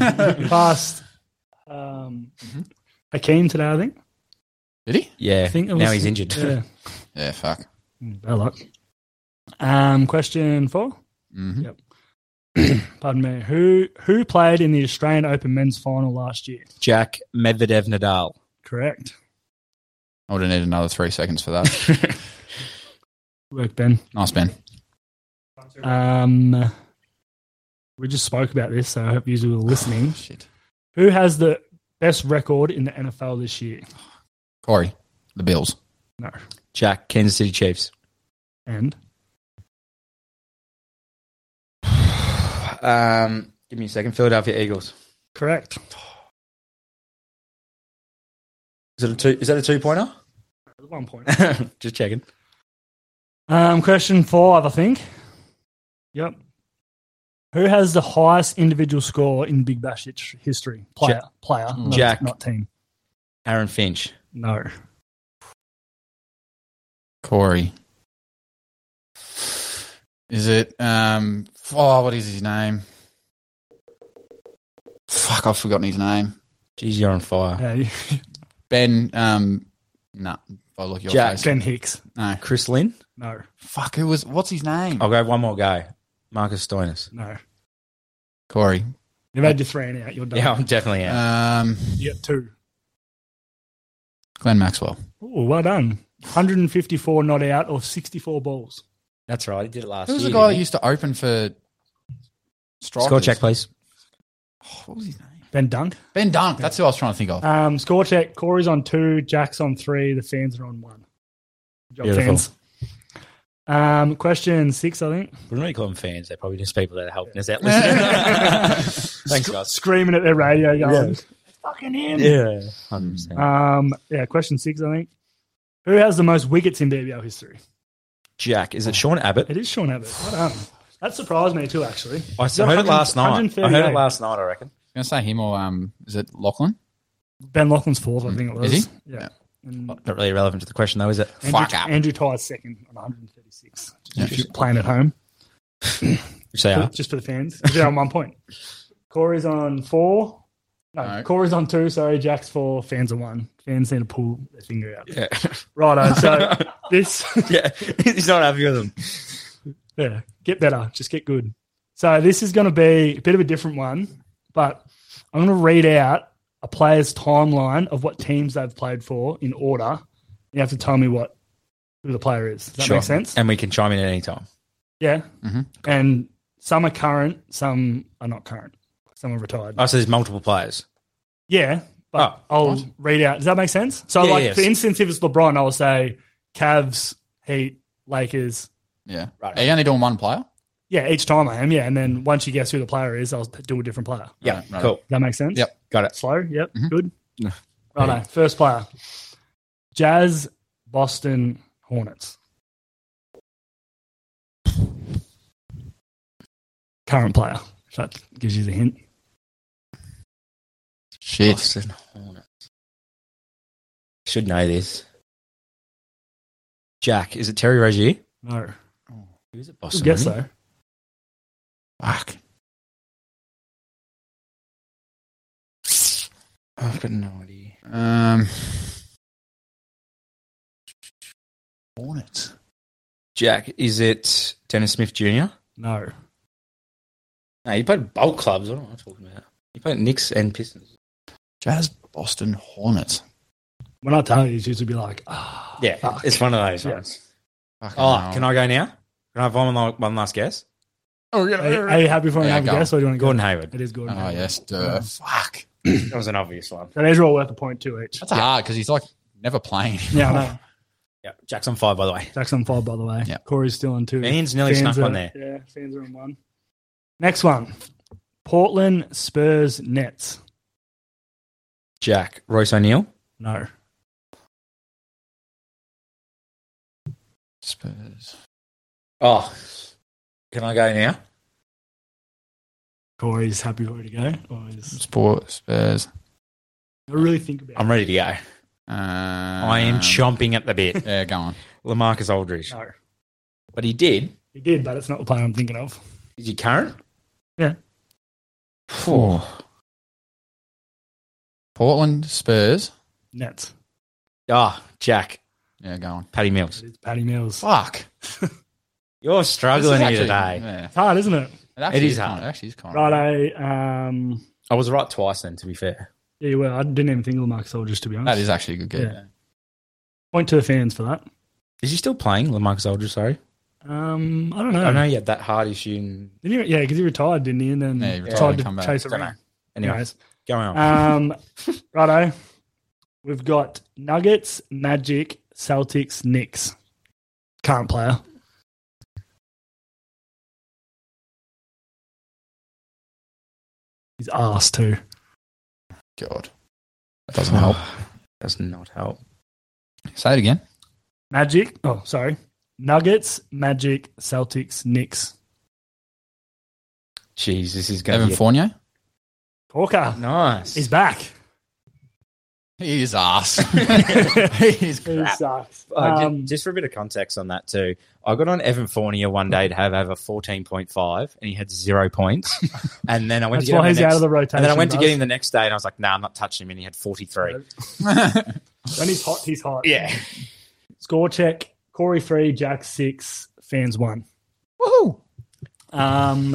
C: passed um, Hakeem today, I think.
B: Did he?
A: Mm-hmm. Yeah,
C: I think it
A: now
C: was-
A: he's injured.
C: Yeah.
B: Yeah, fuck.
C: Mm, Bad luck. Um, question four.
B: hmm
C: Pardon me. Who who played in the Australian Open men's final last year?
A: Jack, Medvedev, Nadal.
C: Correct.
B: I would have needed another three seconds for that.
C: Good work, Ben.
B: nice, Ben.
C: Um, we just spoke about this, so I hope you were listening.
B: Shit.
C: Who has the best record in the NFL this year?
B: Corey, the Bills.
C: No.
A: Jack, Kansas City Chiefs.
C: And
A: Um, give me a second. Philadelphia Eagles.
C: correct.
A: Is it a two? Is that a two pointer?
C: One point.
A: Just checking.
C: Um, question five, I think. Yep. Who has the highest individual score in Big Bash hit- history? Player, player, not,
A: Mm. Jack.
C: not team.
A: Aaron Finch.
C: No.
B: Corey. Is it um oh what is his name? Fuck, I've forgotten his name.
A: Jeez, you're on fire.
C: Uh,
B: Ben um no, I look your
A: Jack.
B: face.
C: Ken Hicks.
B: No. Oh,
A: Chris Lynn.
C: No.
B: Fuck, who was what's his name?
A: I'll go one more go. Marcus Stoinis.
C: No.
B: Corey.
C: You've had your three and out. You're done.
A: Yeah, I'm definitely out.
B: Um
C: You get two.
B: Glenn Maxwell.
C: Ooh, well done. 154 not out or 64 balls.
A: That's right. He did it last
B: Who was
A: year.
B: the guy that
A: didn't
B: used to open for
A: he? Score
B: strikers?
A: check, please.
B: Oh, what was his name?
C: Ben Dunk.
B: Ben Dunk, that's who I was trying to think of.
C: Um, score check. Corey's on two. Jack's on three. The fans are on one. Good job,
A: Beautiful.
C: fans. Um, question six, I think.
A: Wouldn't really call them fans. They're probably just people that are helping us out. listening. Thanks, guys.
C: Screaming at their radio, going, "Fucking him!"
A: Yeah, hundred percent.
C: Um, yeah. Question six, I think. Who has the most wickets in BBL history?
A: Jack, is it Sean Abbott?
C: It is Sean Abbott. Well done. That surprised me too, actually.
A: I s- heard it last night. I heard it
C: 138.
A: last night. I reckon.
B: I was gonna say him or um is it Lachlan?
C: Ben Lachlan's fourth, I think it was.
B: Is he?
C: Yeah. And
A: Not really relevant to the question, though, is it?
C: Andrew,
B: Fuck up.
C: Andrew Tyre's second on 136.
B: Yeah.
C: Just playing at home.
A: Which they are.
C: just for the fans. They're on one point. Corey's on four. No,
B: No.
C: Corey's on two. Sorry, Jack's four. Fans are one. Fans need to pull their finger out.
A: Yeah,
C: Righto. So this,
A: yeah. He's not happy with them.
C: yeah, get better. Just get good. So this is going to be a bit of a different one, but I'm going to read out a player's timeline of what teams they've played for in order. You have to tell me what who the player is. Does that
A: Sure.
C: make sense?
A: And we can chime in at any time.
C: Yeah.
B: Mhm.
C: And some are current, some are not current. Some are retired.
A: Oh, so there's multiple players.
C: Yeah, but
A: Oh,
C: I'll
B: nice.
C: read out. Does that make sense? So,
A: Yeah,
C: like,
A: yes.
C: for instance, if it's LeBron, I'll say Cavs, Heat, Lakers.
B: Yeah.
A: Right.
B: Are you only doing one player?
C: Yeah, each time I am. Yeah, and then once you guess who the player is, I'll do a different player. Does
A: Yeah,
B: Right, right.
A: cool.
C: that make sense?
B: Yep.
A: Got it.
C: Slow. Yep.
A: Mm-hmm.
B: Mhm.
C: Good.
A: Yeah.
C: Righto. First player, Jazz, Boston Hornets. Current player. If that gives you the hint.
B: Shit.
A: Boston Hornets. Should know this. Jack, is it Terry Rozier?
C: No.
A: Who is it?
C: I
A: Boston.
C: guess
A: isn't it?
C: so.
B: Fuck.
A: I've got no idea.
B: Um, Hornets.
A: Jack, is it Dennis Smith Jr.?
C: No.
A: No, you played bulk clubs. I don't know what I'm talking about. You played Knicks and Pistons.
B: Jazz Boston Hornets.
C: When I tell you, you should be like, ah.
A: Yeah,
C: fuck.
A: it's one of those
C: Yeah.
A: ones. Oh, can I go now? Can I have one, la- one last guess?
B: Oh, yeah.
C: Are, you- are you happy for me to
B: Yeah,
C: have a
B: go.
C: guess, or do you want to go?
A: Gordon Hayward.
C: It is Gordon.
B: Oh,
C: Hayward.
B: yes. duh. Fuck.
A: That was an obvious one.
C: So these are all worth a point two each.
B: That's hard because he's like never playing.
C: Yeah, I know.
A: Yeah, Jack's on five, by the way.
C: Jack's on five, by the way.
B: Yeah.
C: Corey's still on two.
A: Ian's nearly
C: Fans
A: snuck
C: are-
A: one there.
C: Yeah, fans are on one. Next one. Portland Spurs Nets.
A: Jack, Royce O'Neill.
C: No.
B: Spurs.
A: Oh, can I go now?
C: Corey's happy for to go. Or is,
B: Sport, Spurs.
C: I really think about
A: I'm ready to go.
B: Um,
A: I am chomping at the bit.
B: Yeah, go on.
A: Lamarcus
C: it.
A: Aldridge.
C: No.
A: But he did.
C: He did, but it's not the player I'm thinking of.
A: Is he current?
C: Yeah.
A: Phew.
B: Portland, Spurs.
C: Nets.
A: Ah, Jack,
B: Yeah, go on.
A: Paddy Mills.
C: It is Patty Mills.
B: Fuck.
A: You're struggling
B: This
A: here
B: is
A: today.
B: actually- Yeah.
C: It's hard, isn't it?
B: It, actually
A: It is
B: is
A: hard.
B: kind of- actually is kind of-
C: Right, um,
A: I was right twice then, to be fair.
C: yeah, you were. I didn't even think of the Mark Soldiers, to be honest.
B: That is actually a good
C: Yeah.
B: game.
C: Point to the fans for that.
A: Is he still playing, Lamarcus Aldridge? Sorry.
C: Um, I don't know.
A: I know he had that heart issue. And...
C: Didn't he, yeah, because he retired, didn't he? And then
B: Yeah, he retired
C: tried
B: and
C: to
B: come back.
C: chase it
A: Don't
C: around.
A: Anyway,
C: Anyways,
A: going on.
C: um, righto. We've got Nuggets, Magic, Celtics, Knicks. Current player. He's ass too.
B: God. That doesn't help.
A: Does not help.
B: Say it again.
C: Magic. Oh, sorry. Nuggets, Magic, Celtics, Knicks.
A: Jeez, this is going
B: Evan
A: to be a-
B: Fournier.
C: Corker.
A: nice.
C: He's back.
B: He is ass.
A: He's
C: He sucks.
A: Uh, ju-
C: Um,
A: just for a bit of context on that too, I got on Evan Fournier one day to have over fourteen point five, and he had zero points. and then I went
C: that's
A: to get him
C: why
A: the
C: he's
A: next,
C: out of the rotation.
A: and then I went to
C: bros.
A: get him the next day, and I was like, "Nah, I'm not touching him." And he had forty three.
C: When he's hot, he's hot.
A: Yeah,
C: Score check. Corey three, Jack six, fans one.
B: Woohoo.
C: Um,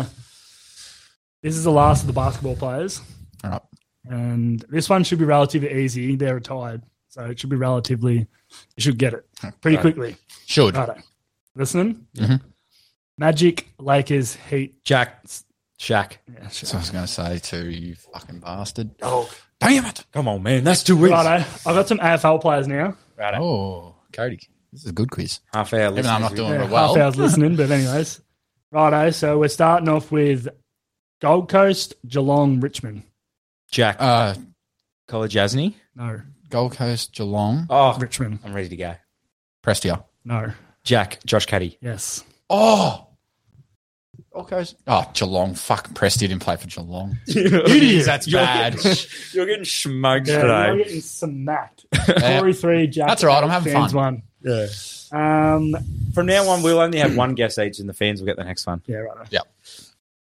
C: this is the last of the basketball players,
B: All right.
C: and this one should be relatively easy. They're retired, so it should be relatively. You should get it pretty
B: Right.
C: quickly.
B: Should.
C: Righto. Listening.
A: Mm-hmm.
B: Mhm.
C: Magic, Lakers, Heat.
A: Jack, Shaq,
C: Yeah, sure.
B: That's what I was going to say too, you fucking bastard.
C: Oh.
B: Damn it.
A: come on, man, that's too easy.
C: Righto. I've got some AFL players now.
A: Righto.
B: Oh, Cody. This is a good quiz.
A: half hour.
B: Even though I'm not doing
C: Yeah,
B: it well.
C: Half hours listening, but anyways. Righto. So we're starting off with Gold Coast, Geelong, Richmond.
A: Jack
B: Uh,
A: Collar Jasny.
C: No.
B: Gold Coast, Geelong,
A: Oh,
C: Richmond.
A: I'm ready to go.
B: Prestia.
C: No.
A: Jack, Josh Caddy.
C: Yes.
B: Oh, Gold Coast. Oh, Geelong. Fuck, Prestia didn't play for Geelong.
A: Idiot,
B: That's
A: you're
B: bad.
A: Getting, you're getting smoked
C: Yeah, you're
A: today.
C: getting smacked.
B: Yeah.
C: Corey three, Jack.
B: That's all right, I'm having
C: fans
A: Yeah.
C: One. Um,
A: From now on, we'll only have one guess each, and the fans will get the next one.
C: yeah, right.
B: Yeah.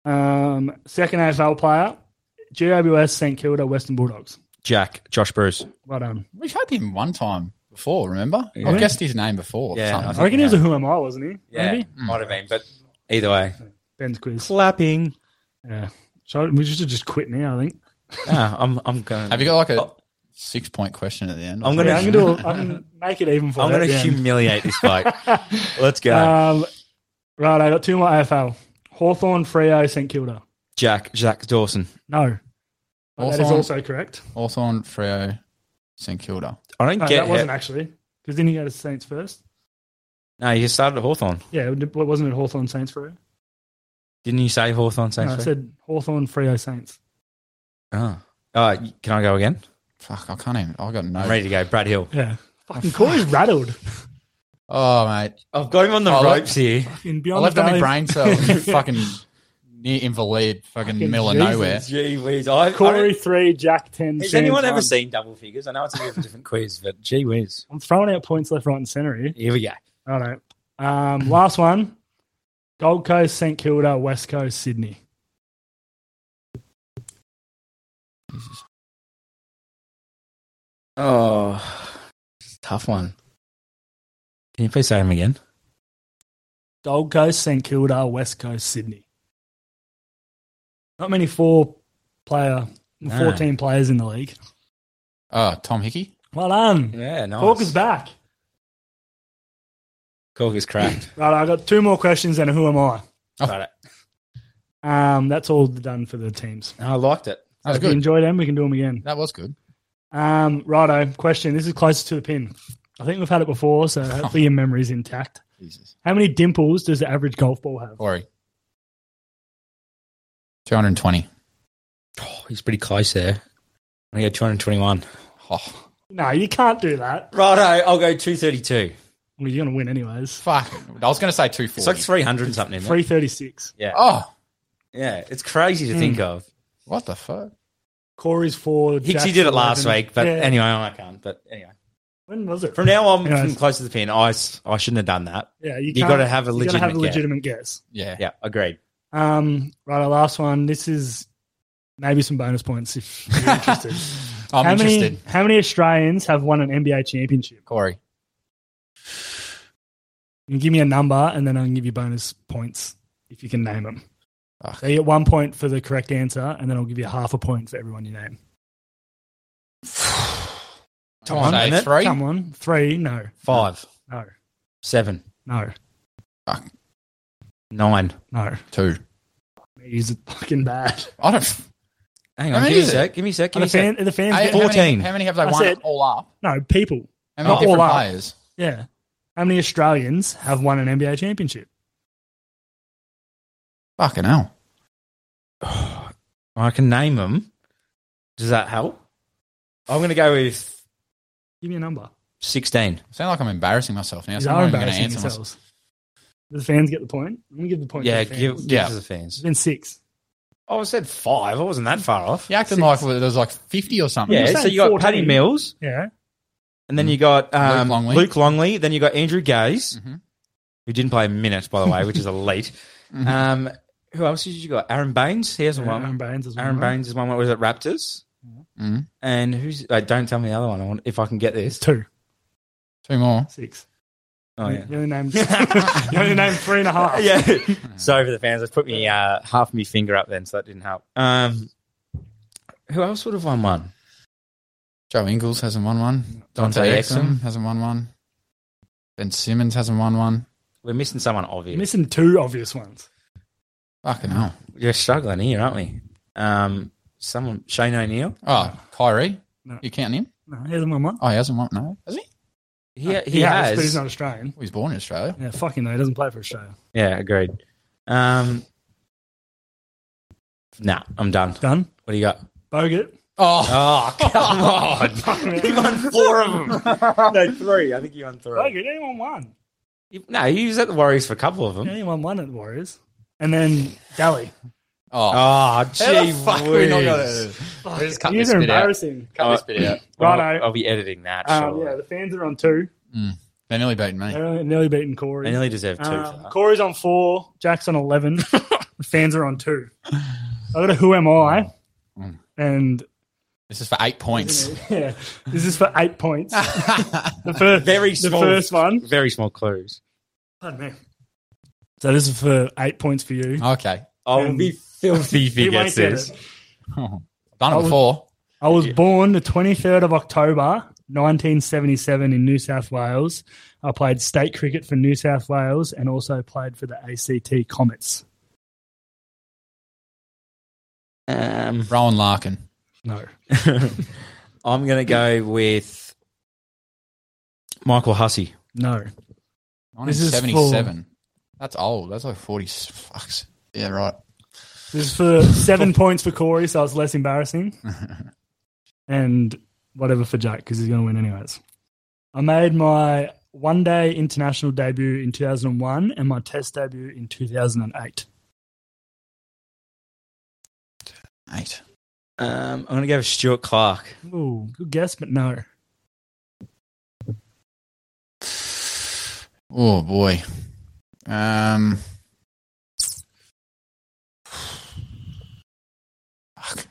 C: Um, second AFL player, GWS, St Kilda, Western Bulldogs.
A: Jack, Josh Bruce.
C: Well done.
B: We've had him one time before, remember?
A: Yeah.
B: I've guessed his name before.
A: Yeah,
B: something.
A: I
C: I reckon he was a Who Am I, wasn't he? Maybe?
A: might have been, but either way,
C: Ben's quiz.
A: clapping.
C: Yeah. So we should just quit now, I think.
A: Ah, I'm I'm going.
B: Have you got like a six point question at the end? or
A: Oh. I'm
C: Yeah,
A: gonna-
B: something?
C: I'm going to I can make it even for
A: I'm going
C: that
A: to
C: then.
A: humiliate this bloke. Let's go.
C: Um, right, I got two more AFL. Hawthorn, Frio, St Kilda.
A: Jack Jack Dawson.
C: No. But that is
B: Hawthorn.
C: also correct.
B: Hawthorn, Freo, St Kilda.
A: I don't
C: No,
A: get
C: that wasn't
A: how-
C: actually. Because didn't he go to Saints first?
A: No, you started at Hawthorn.
C: Yeah, it it wasn't it Hawthorn Saints Freo?
A: Didn't you say Hawthorn
C: No,
A: Saints?
C: I
A: first?
C: said Hawthorn Freo Saints.
A: oh. Uh, can I go again?
B: Fuck, I can't even. I've got
A: I'm
B: no.
A: ready to go. Brad Hill.
C: Yeah. Fucking Corey's rattled.
B: Oh, mate.
A: I've got him on the
B: Oh, look.
A: ropes here.
C: Fucking
B: I
C: beyond
B: left
C: the
B: on my
C: valley.
B: brain cell. fucking near invalid, fucking, middle of
C: Jesus.
B: nowhere.
A: Gee whiz. I, I don't-
C: Corey three, Jack ten.
A: has
C: Sam
A: anyone ever
C: one.
A: seen double figures? I know it's a bit of a different quiz, but gee whiz.
C: I'm throwing out points left, right, and centre here.
A: Here we go.
C: All right. Um, last one. Gold Coast, St Kilda, West Coast, Sydney.
A: Oh, tough one. Can you please say them again?
C: Gold Coast, St Kilda, West Coast, Sydney. Not many four player,
B: Ah.
A: No.
C: fourteen players in the league.
B: Oh, Tom Hickey.
C: Well done.
A: Yeah, nice.
C: Cork is back.
A: Cork is cracked.
C: Right, I got two more questions. And who am I?
B: Oh.
A: Got it.
C: Um, that's all done for the teams.
A: I liked it.
B: That was
C: If you
B: good.
C: enjoy them, we can do them again.
B: That was good.
C: Um, righto, question. This is closer to the pin. I think we've had it before, so hopefully your memory's intact.
B: Jesus. Oh.
C: How many dimples does the average golf ball have?
B: Corey. 220.
A: Oh, he's pretty close there. I go 221.
B: Oh,
C: No, you can't do that.
A: Righto, I'll go 232.
C: Well, you're going to win anyways.
B: fuck. I was going to say 240.
A: It's like 300 and something. Isn't it?
C: 336.
B: oh,
A: Yeah, it's crazy
C: Hmm.
A: to think of.
B: what the fuck?
C: Corey's four.
A: Hixie
C: Jack's
A: did it last
C: 11.
A: week, but
C: Yeah.
A: anyway, I can't. But anyway,
C: When was it?
A: from now on, from
C: Anyways.
A: close to the pin, I, s- I shouldn't have done that.
C: yeah, you,
A: You
C: can't-
A: got to have a
C: you gotta
A: legitimate.
C: have a
A: guess.
C: legitimate guess.
B: Yeah.
A: Yeah, agreed.
C: Um, right, our last one. This is maybe some bonus points if you're interested.
B: I'm
C: how
B: interested.
C: Many, how many Australians have won an NBA championship?
B: Corey.
C: You can give me a number, and then I can give you bonus points if you can name them.
B: Fuck.
C: So you get one point for the correct answer, and then I'll give you half a point for everyone you name.
A: Come on,
B: Say
A: isn't it?
B: three.
C: Come on, three? No,
A: Five,
C: no,
A: seven,
C: no,
A: nine.
C: no.
B: Two.
C: He's fucking bad.
B: I don't.
A: Hang
B: How
A: on,
B: many
A: give me a
B: is
A: sec. Give me a sec. Give
C: Are
A: me
C: the,
A: a sec.
C: fan, are the fans
B: Hey,
C: get-
B: how many-
A: 14.
B: How many have they
C: I
B: won
C: said-
B: all up?
C: no people.
B: How many
C: Not all
B: different
C: up.
B: players?
C: Yeah. How many Australians have won an NBA championship?
B: Fucking hell.
A: I can name them. Does that help? I'm going to go with
C: Give me a number.
A: 16.
B: I sound like I'm embarrassing myself now.
C: These
B: So I'm
C: are
B: not even going to
C: embarrassing
B: answer myself.
C: themselves. Do the fans get the point? Let me give the point.
A: yeah,
C: to the
A: give,
C: fans.
A: give
B: Yeah.
A: us the
C: It's
A: fans.
C: been six.
A: I said five. I wasn't that far off.
B: You acted
C: Six.
B: like there was like 50 or something.
A: Yeah,
C: You're
A: so
C: saying
A: you got
C: 14.
A: Paddy Mills,
C: Yeah.
A: and then you got um, Luke,
B: Longley.
A: Longley. Mm-hmm. then you got Andrew Gaze,
B: Mhm.
A: who didn't play a minute, by the way, which is elite.
B: Mhm.
A: Um, who else did you got? Aaron Baines. He has
C: Yeah,
A: one.
C: Aaron Baines as well.
A: Aaron Baines is one. What was it? Raptors. Mm-hmm.
B: Mhm.
A: And who's? Uh, don't tell me the other one. I want, if I can get this.
C: Two.
B: Two more.
C: Six.
A: Oh yeah.
C: You only named, you only named three and a half.
A: yeah. Sorry for the fans. I put me uh, half my finger up then, so that didn't help. Um, who else would have won one?
B: Joe Ingles hasn't won one. Dante,
A: Dante
B: Exum
A: Exum.
B: hasn't won one. Ben Simmons hasn't won one.
A: We're missing someone
C: You're
A: obvious.
C: missing two obvious ones.
B: Fucking hell.
A: You're struggling here, aren't we? Um, someone Shane O'Neill.
B: Oh, Kyrie.
C: No.
B: You counting him?
C: No, he hasn't won one. Uh,
B: Oh, he hasn't won. No. Has he?
A: He, he,
C: but
A: has.
C: he's not Australian.
B: Well, he's born in Australia.
C: Yeah, fucking no, he doesn't play for Australia.
A: Yeah, agreed. Um, nah, I'm done.
C: Done.
A: What do you got?
C: Bogut.
B: Oh,
A: Oh, come on.
C: Bogut,
A: won four of them. no, three. I think you won three.
C: anyone won?
A: No, he was at the Warriors for a couple of them.
C: Anyone won at the Warriors? And then Dally.
B: oh.
A: Oh,
B: How
A: gee
B: the fuck we not got
A: whiz.
B: it?
C: Fuck,
B: Just cut
C: These
B: this
C: are
B: bit out.
C: embarrassing.
A: Uh,
B: Cut this bit out.
A: Well,
C: Righto.
A: I'll be editing that.
C: Um,
A: surely.
C: yeah, the fans are on two.
B: They nearly beaten me.
C: They're nearly beating Corey.
A: I nearly deserve two. for
C: Um,
A: that.
C: Corey's on four. Jack's on eleven. the fans are on two. I got a who am I?
B: Mm.
C: And
B: This is for eight points.
C: yeah, this is for eight points. The first,
A: Ah, Very
C: the
A: small.
C: first one.
A: Very small clues.
C: Pardon me. So this is for eight points for you.
B: okay.
A: I'll
C: Um,
A: be filthy if he
C: You won't
A: gets
C: get
A: this.
C: it.
B: Done
C: I
B: it
C: was-
B: before.
C: I was born the 23rd of October 1977 in New South Wales. I played state cricket for New South Wales and also played for the ACT Comets.
A: Um,
B: Rowan Larkin.
C: No.
A: I'm going to go with Michael Hussey.
C: No. This is for-
B: 1977. That's old. That's like 40. Fucks. Yeah, right.
C: This is for seven points for Corey, so it's less embarrassing. and whatever for Jack, because he's going to win anyways. I made my one day international debut in 2001 and my test debut in 2008.
B: Eight.
A: Um, I'm going to go with Stuart Clark.
C: Ooh, good guess, but no.
B: Oh boy. Um. Fuck.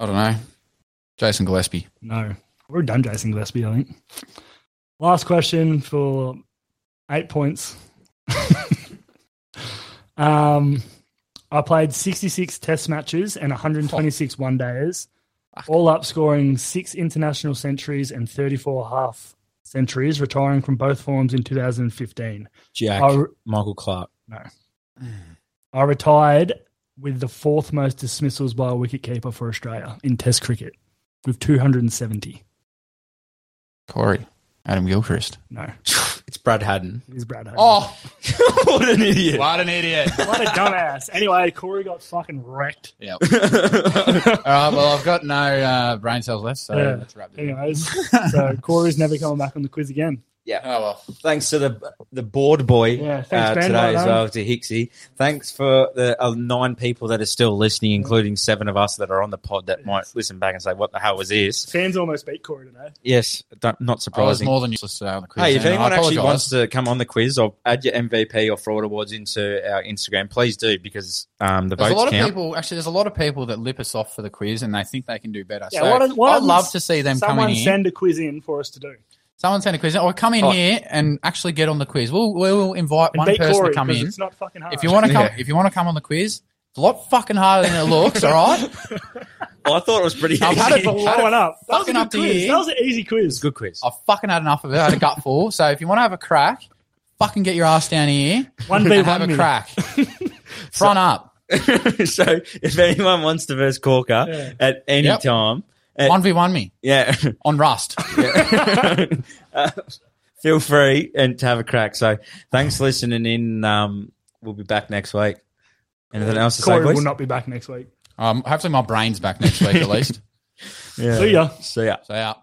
B: I don't know. Jason Gillespie.
C: No. We're done, Jason Gillespie, I think. Last question for eight points. um, I played 66 test matches and 126 one days, all up scoring six international centuries and 34 half centuries, retiring from both forms in 2015.
A: Jack
C: I,
A: Michael Clark.
C: I retired with the fourth most dismissals by a wicketkeeper for Australia in Test cricket with 270.
B: Corey. Adam Gilchrist.
C: No,
A: It's Brad Haddon.
C: it is Brad Hogan.
B: Oh,
A: what an idiot!
B: what an idiot. All
C: What a dumbass. Anyway, Corey got fucking wrecked.
B: right, well, I've got no uh, brain cells left, so
C: Yeah.
B: let's wrap it up.
C: Anyways, so Corey's never coming back on the quiz again.
B: Oh, well.
A: Thanks to the the board boy
C: Yeah, thanks,
A: uh,
C: Ben.
A: today
C: Well
A: as
C: done.
A: well to Hixie. Thanks for the uh, nine people that are still listening, including seven of us that are on the pod that might listen back and say, "What the hell was this?"
C: Fans almost beat Corey today.
A: Yes, don't, not
B: I was
A: surprising.
B: Oh, more than useless today on the quiz.
A: Hey, if
B: and I
A: anyone actually
B: apologise.
A: wants to come on the quiz or add your MVP or fraud awards into our Instagram, please do because um, the
B: There's a
A: votes
B: lot of
A: count.
B: people. Actually, there's a lot of people that lip us off for the quiz, and they think they can do better.
C: Yeah,
B: so
C: why don't- why
B: I'd
C: don't
B: love to see them
C: Someone
B: coming in.
C: send a quiz in for us to do.
B: Someone send a quiz, or come in
A: Oh.
B: here and actually get on the quiz. We'll we'll invite
C: And
B: one
C: beat
B: person
C: Corey
B: to come
C: 'cause
B: in.
C: It's not fucking hard.
B: If you want to come,
A: Yeah.
B: if you want to come on the quiz, it's a lot fucking harder than it looks. all right,
A: Well, I thought it was pretty.
B: I've had it
A: easy.
B: for-
C: blow it up, that was a
B: fucking
C: good
B: up to
C: quiz.
B: you.
C: That was an easy quiz.
A: good quiz.
B: I've fucking had enough of it. I had a gutful. So if you want to have a crack, fucking get your ass down here
C: One v
B: and have
C: one.
B: a crack. Front up,
A: so if anyone wants to verse Corker
C: Yeah.
A: at any
B: Yep.
A: time, at-
B: one v one me
A: yeah,
B: on Rust.
A: yeah. Uh, feel free and to have a crack. So thanks for listening in. Um, we'll be back next week. Anything else to
C: Corey
A: say,
C: will
A: boys?
C: not be back next week.
B: Um, hopefully my brain's back next week at least.
A: Yeah.
C: See ya.
A: See ya.
B: So yeah.